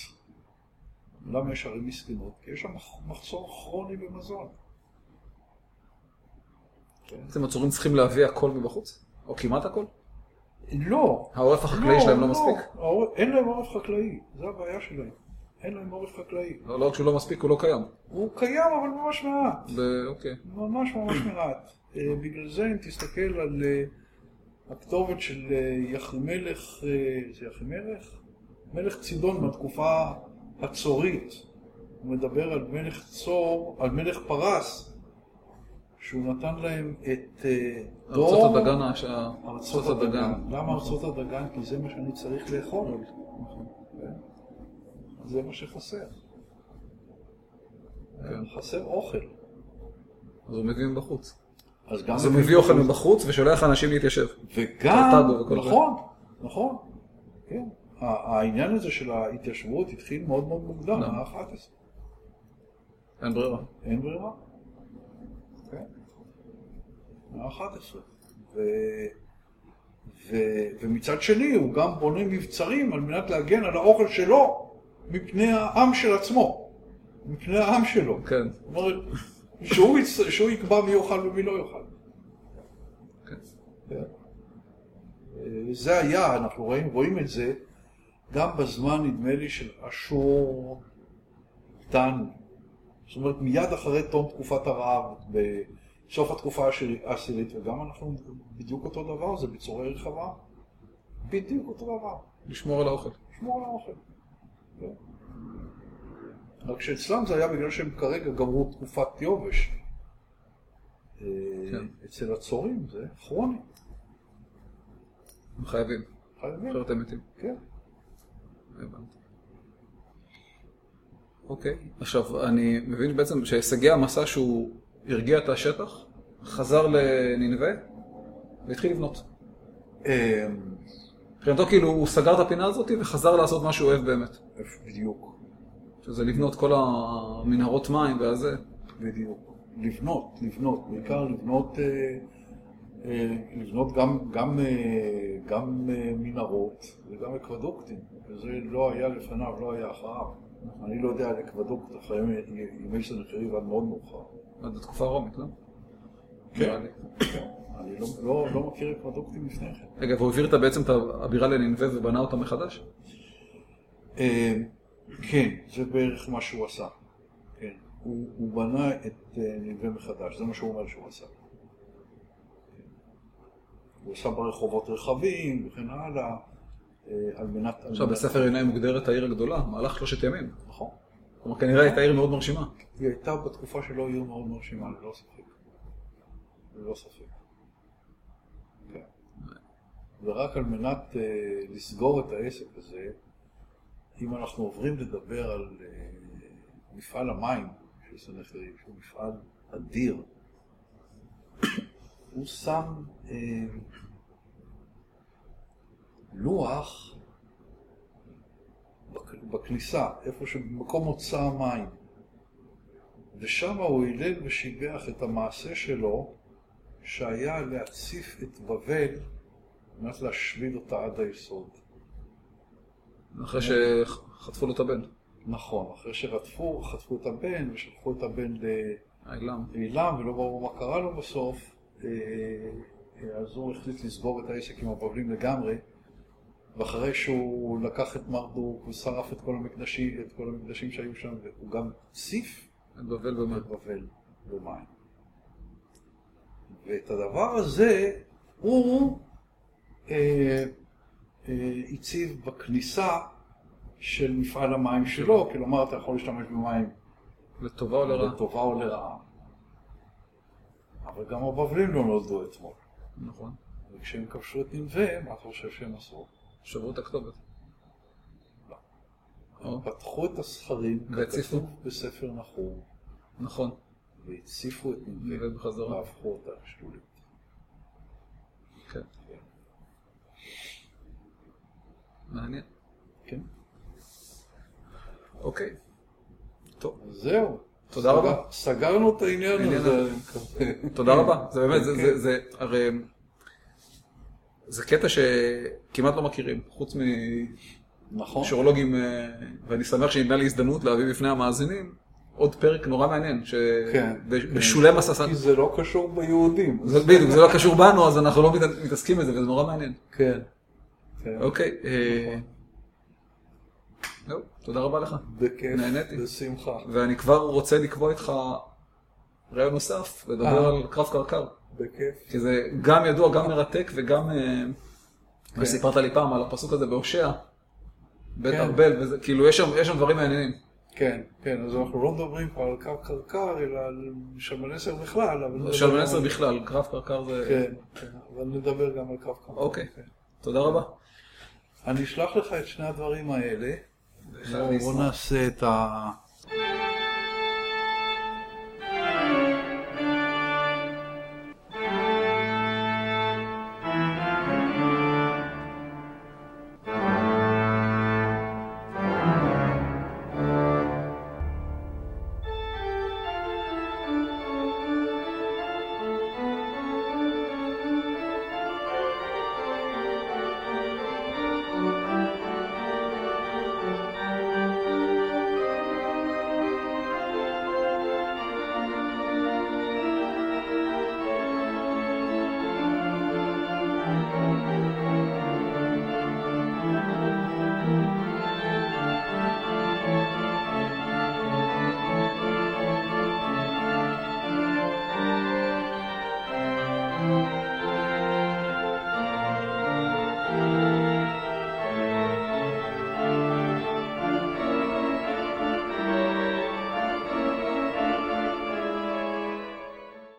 S3: למה יש ערי מסכנות? כי יש שם מח- מחסור כרוני במזון.
S2: בעצם הצורים צריכים להביא הכל מבחוץ? או כמעט הכל?
S3: לא.
S2: העורף החקלאי שלהם לא מספיק?
S3: העור- אין להם עורף חקלאי, זו הבעיה שלהם. אין להם עורף חקלאי.
S2: לא לא רק שהוא לא מספיק, הוא לא קיים.
S3: הוא קיים, אבל ממש מעט.
S2: ב- אוקיי.
S3: ממש ממש מעט. אה, בגלל זה אם תסתכל על אה, הכתובת של אה, יחימלך, אה, זה יחימלך? מלך צידון מהתקופה הצורית. הוא מדבר על מלך צור, על מלך פרס, שהוא נתן להם את אה, דור...
S2: ארצות הדגן, הש- ארצות
S3: ארצות הדגן. למה ארצות הדגן? כי זה מה שאני צריך לאכול. כן. זה מה שחסר.
S2: כן.
S3: חסר אוכל.
S2: אז הוא מביא מבחוץ.
S3: אז גם...
S2: אז הוא מביא אוכל מבחוץ ושולח אנשים להתיישב.
S3: וגם,
S2: טרטגו וכל זה.
S3: נכון, נכון, כן. ה- העניין הזה של ההתיישבות התחיל מאוד מאוד מוקדם,
S2: נכון.
S3: במאה ה-11,
S2: אין ברירה.
S3: אין ברירה. כן. במאה ה-11. ו- ו- ומצד שני, הוא גם בונה מבצרים על מנת להגן על האוכל שלו מפני העם של עצמו, מפני העם שלו.
S2: כן.
S3: זאת אומרת, שהוא יצ- שהוא יקבע מי יאכל ומי לא יאכל.
S2: כן.
S3: אה, זה היה, אנחנו רואים, רואים את זה גם בזמן, נדמה לי, של אשור דן. זאת אומרת, מיד אחרי תום תקופת הרעב, בסוף התקופה העשירי- העשירית, וגם אנחנו בדיוק אותו דבר, זה בצורה רחבה. בדיוק אותו דבר.
S2: לשמור על האוכל.
S3: שמור על האוכל. כן. רק שאצלם זה היה בגלל שהם כרגע גמרו תקופת יובש. אה,
S2: כן.
S3: אצל הצורים זה כרוני.
S2: הם חייבים.
S3: חייבים.
S2: אחרת הם מתים.
S3: כן.
S2: הבנתי. אוקיי. עכשיו, אני מבין בעצם שהישגי המסע שהוא הרגיע את השטח, חזר לנינווה והתחיל לבנות.
S3: אמ,
S2: מבחינתו כאילו הוא סגר את הפינה הזאת וחזר לעשות מה שהוא אוהב באמת.
S3: בדיוק,
S2: שזה לבנות כל המנהרות מים והזה.
S3: בדיוק. לבנות, לבנות, בעיקר לבנות, אה, אה, לבנות גם, גם, אה, גם אה, מנהרות וגם אקוודוקטים, וזה לא היה לפניו, לא היה אחריו. אני לא יודע על אקוודוקט אחרי ימי- ימי סנחריב עד מאוד מאוחר.
S2: עד התקופה הרומית, לא? נראה לי.
S3: אני לא, לא, לא מכיר אקוודוקטים לפני כן.
S2: רגע, והוא העביר את ה- בעצם את הבירה לנינווה ובנה אותה מחדש?
S3: אה, כן, זה בערך מה שהוא עשה. כן. הוא, הוא בנה את אה, נלווה מחדש, זה מה שהוא אומר שהוא עשה. כן. הוא עשה ברחובות רחבים וכן הלאה, אה, על מנת... על
S2: עכשיו,
S3: מנת-
S2: בספר עיניים מוגדרת העיר הגדולה, מהלך שלושת ימים.
S3: נכון.
S2: כלומר, כנראה הייתה עיר מאוד מרשימה.
S3: היא הייתה בתקופה שלו עיר מאוד מרשימה, ללא ספק. ללא ספק. כן. ורק על מנת אה, לסגור את העסק הזה, אם אנחנו עוברים לדבר על אה, מפעל המים של סנחריב, שהוא מפעל אדיר, הוא שם אה, לוח בכ- בכניסה, איפה שבמקום מוצא המים. ושם הוא הלל ושיבח את המעשה שלו, שהיה להציף את בבל על מנת להשמיד אותה עד היסוד.
S2: אחרי שחטפו לו את הבן.
S3: נכון, אחרי שרדפו, חטפו את הבן ושלחו את הבן
S2: האילם.
S3: לעילם ולא ברור מה קרה לו בסוף, אה, אה, אז הוא החליט לסגור את העסק עם הבבלים לגמרי, ואחרי שהוא לקח את מרדוק ושרף את כל המקדשים, את כל המקדשים שהיו שם, הוא גם הציף
S2: את בבל במה?
S3: את בבל במים. לא ואת הדבר הזה הוא אה, אה, הציב בכניסה של מפעל המים שלו, כלומר אתה יכול להשתמש במים
S2: לטובה או לרעה?
S3: לטובה או לרעה. אבל גם הבבלים לא נולדו אתמול.
S2: נכון.
S3: וכשהם כבשו את ננבה, מה אתה חושב שהם עשו?
S2: שברו את הכתובת.
S3: לא.
S2: או,
S3: פתחו את הספרים,
S2: והציפו.
S3: ככתוב בספר נחום,
S2: נכון.
S3: והציפו את ננבה,
S2: ובחזרה.
S3: והפכו אותה לשלולית.
S2: כן. מעניין.
S3: כן?
S2: אוקיי. טוב.
S3: זהו.
S2: תודה
S3: סגר-
S2: רבה.
S3: סגרנו את העניין
S2: העניין
S3: הזה,
S2: הזה.
S3: אני מקווה.
S2: תודה רבה. זה באמת, זה-
S3: כן.
S2: זה, זה, הרי... זה קטע שכמעט לא מכירים, חוץ
S3: נכון.
S2: משורולוגים, אה, ואני שמח שניתנה לי הזדמנות להביא בפני המאזינים עוד פרק נורא מעניין,
S3: כן.
S2: שבשולי מסע
S3: כי
S2: סנדק.
S3: זה לא קשור ביהודים.
S2: זה- בדיוק, זה לא קשור בנו, אז אנחנו לא מת- מתעסקים בזה, וזה נורא מעניין.
S3: כן. כן.
S2: אוקיי. אה,
S3: נכון.
S2: זהו, תודה רבה לך.
S3: בכיף.
S2: נהניתי.
S3: בשמחה.
S2: ואני כבר רוצה לקבוע איתך רעיון נוסף, לדבר
S3: אה.
S2: על קרב קרקר.
S3: בכיף.
S2: כי זה גם ידוע, גם מרתק וגם... אה, מה שסיפרת לי פעם על הפסוק הזה בהושע, בית
S3: כן.
S2: ארבל, וזה, כאילו, יש שם- יש שם דברים מעניינים.
S3: כן, כן, אז אנחנו לא מדברים כבר על קו קרקר, אלא על שלמנסר בכלל. אבל-
S2: שלמנסר בכלל, קרב קרקר זה...
S3: כן, כן, אבל נדבר גם על קו קרקר.
S2: אוקיי, תודה רבה.
S3: אני אשלח לך את שני הדברים האלה.
S4: בואו נעשה את ה...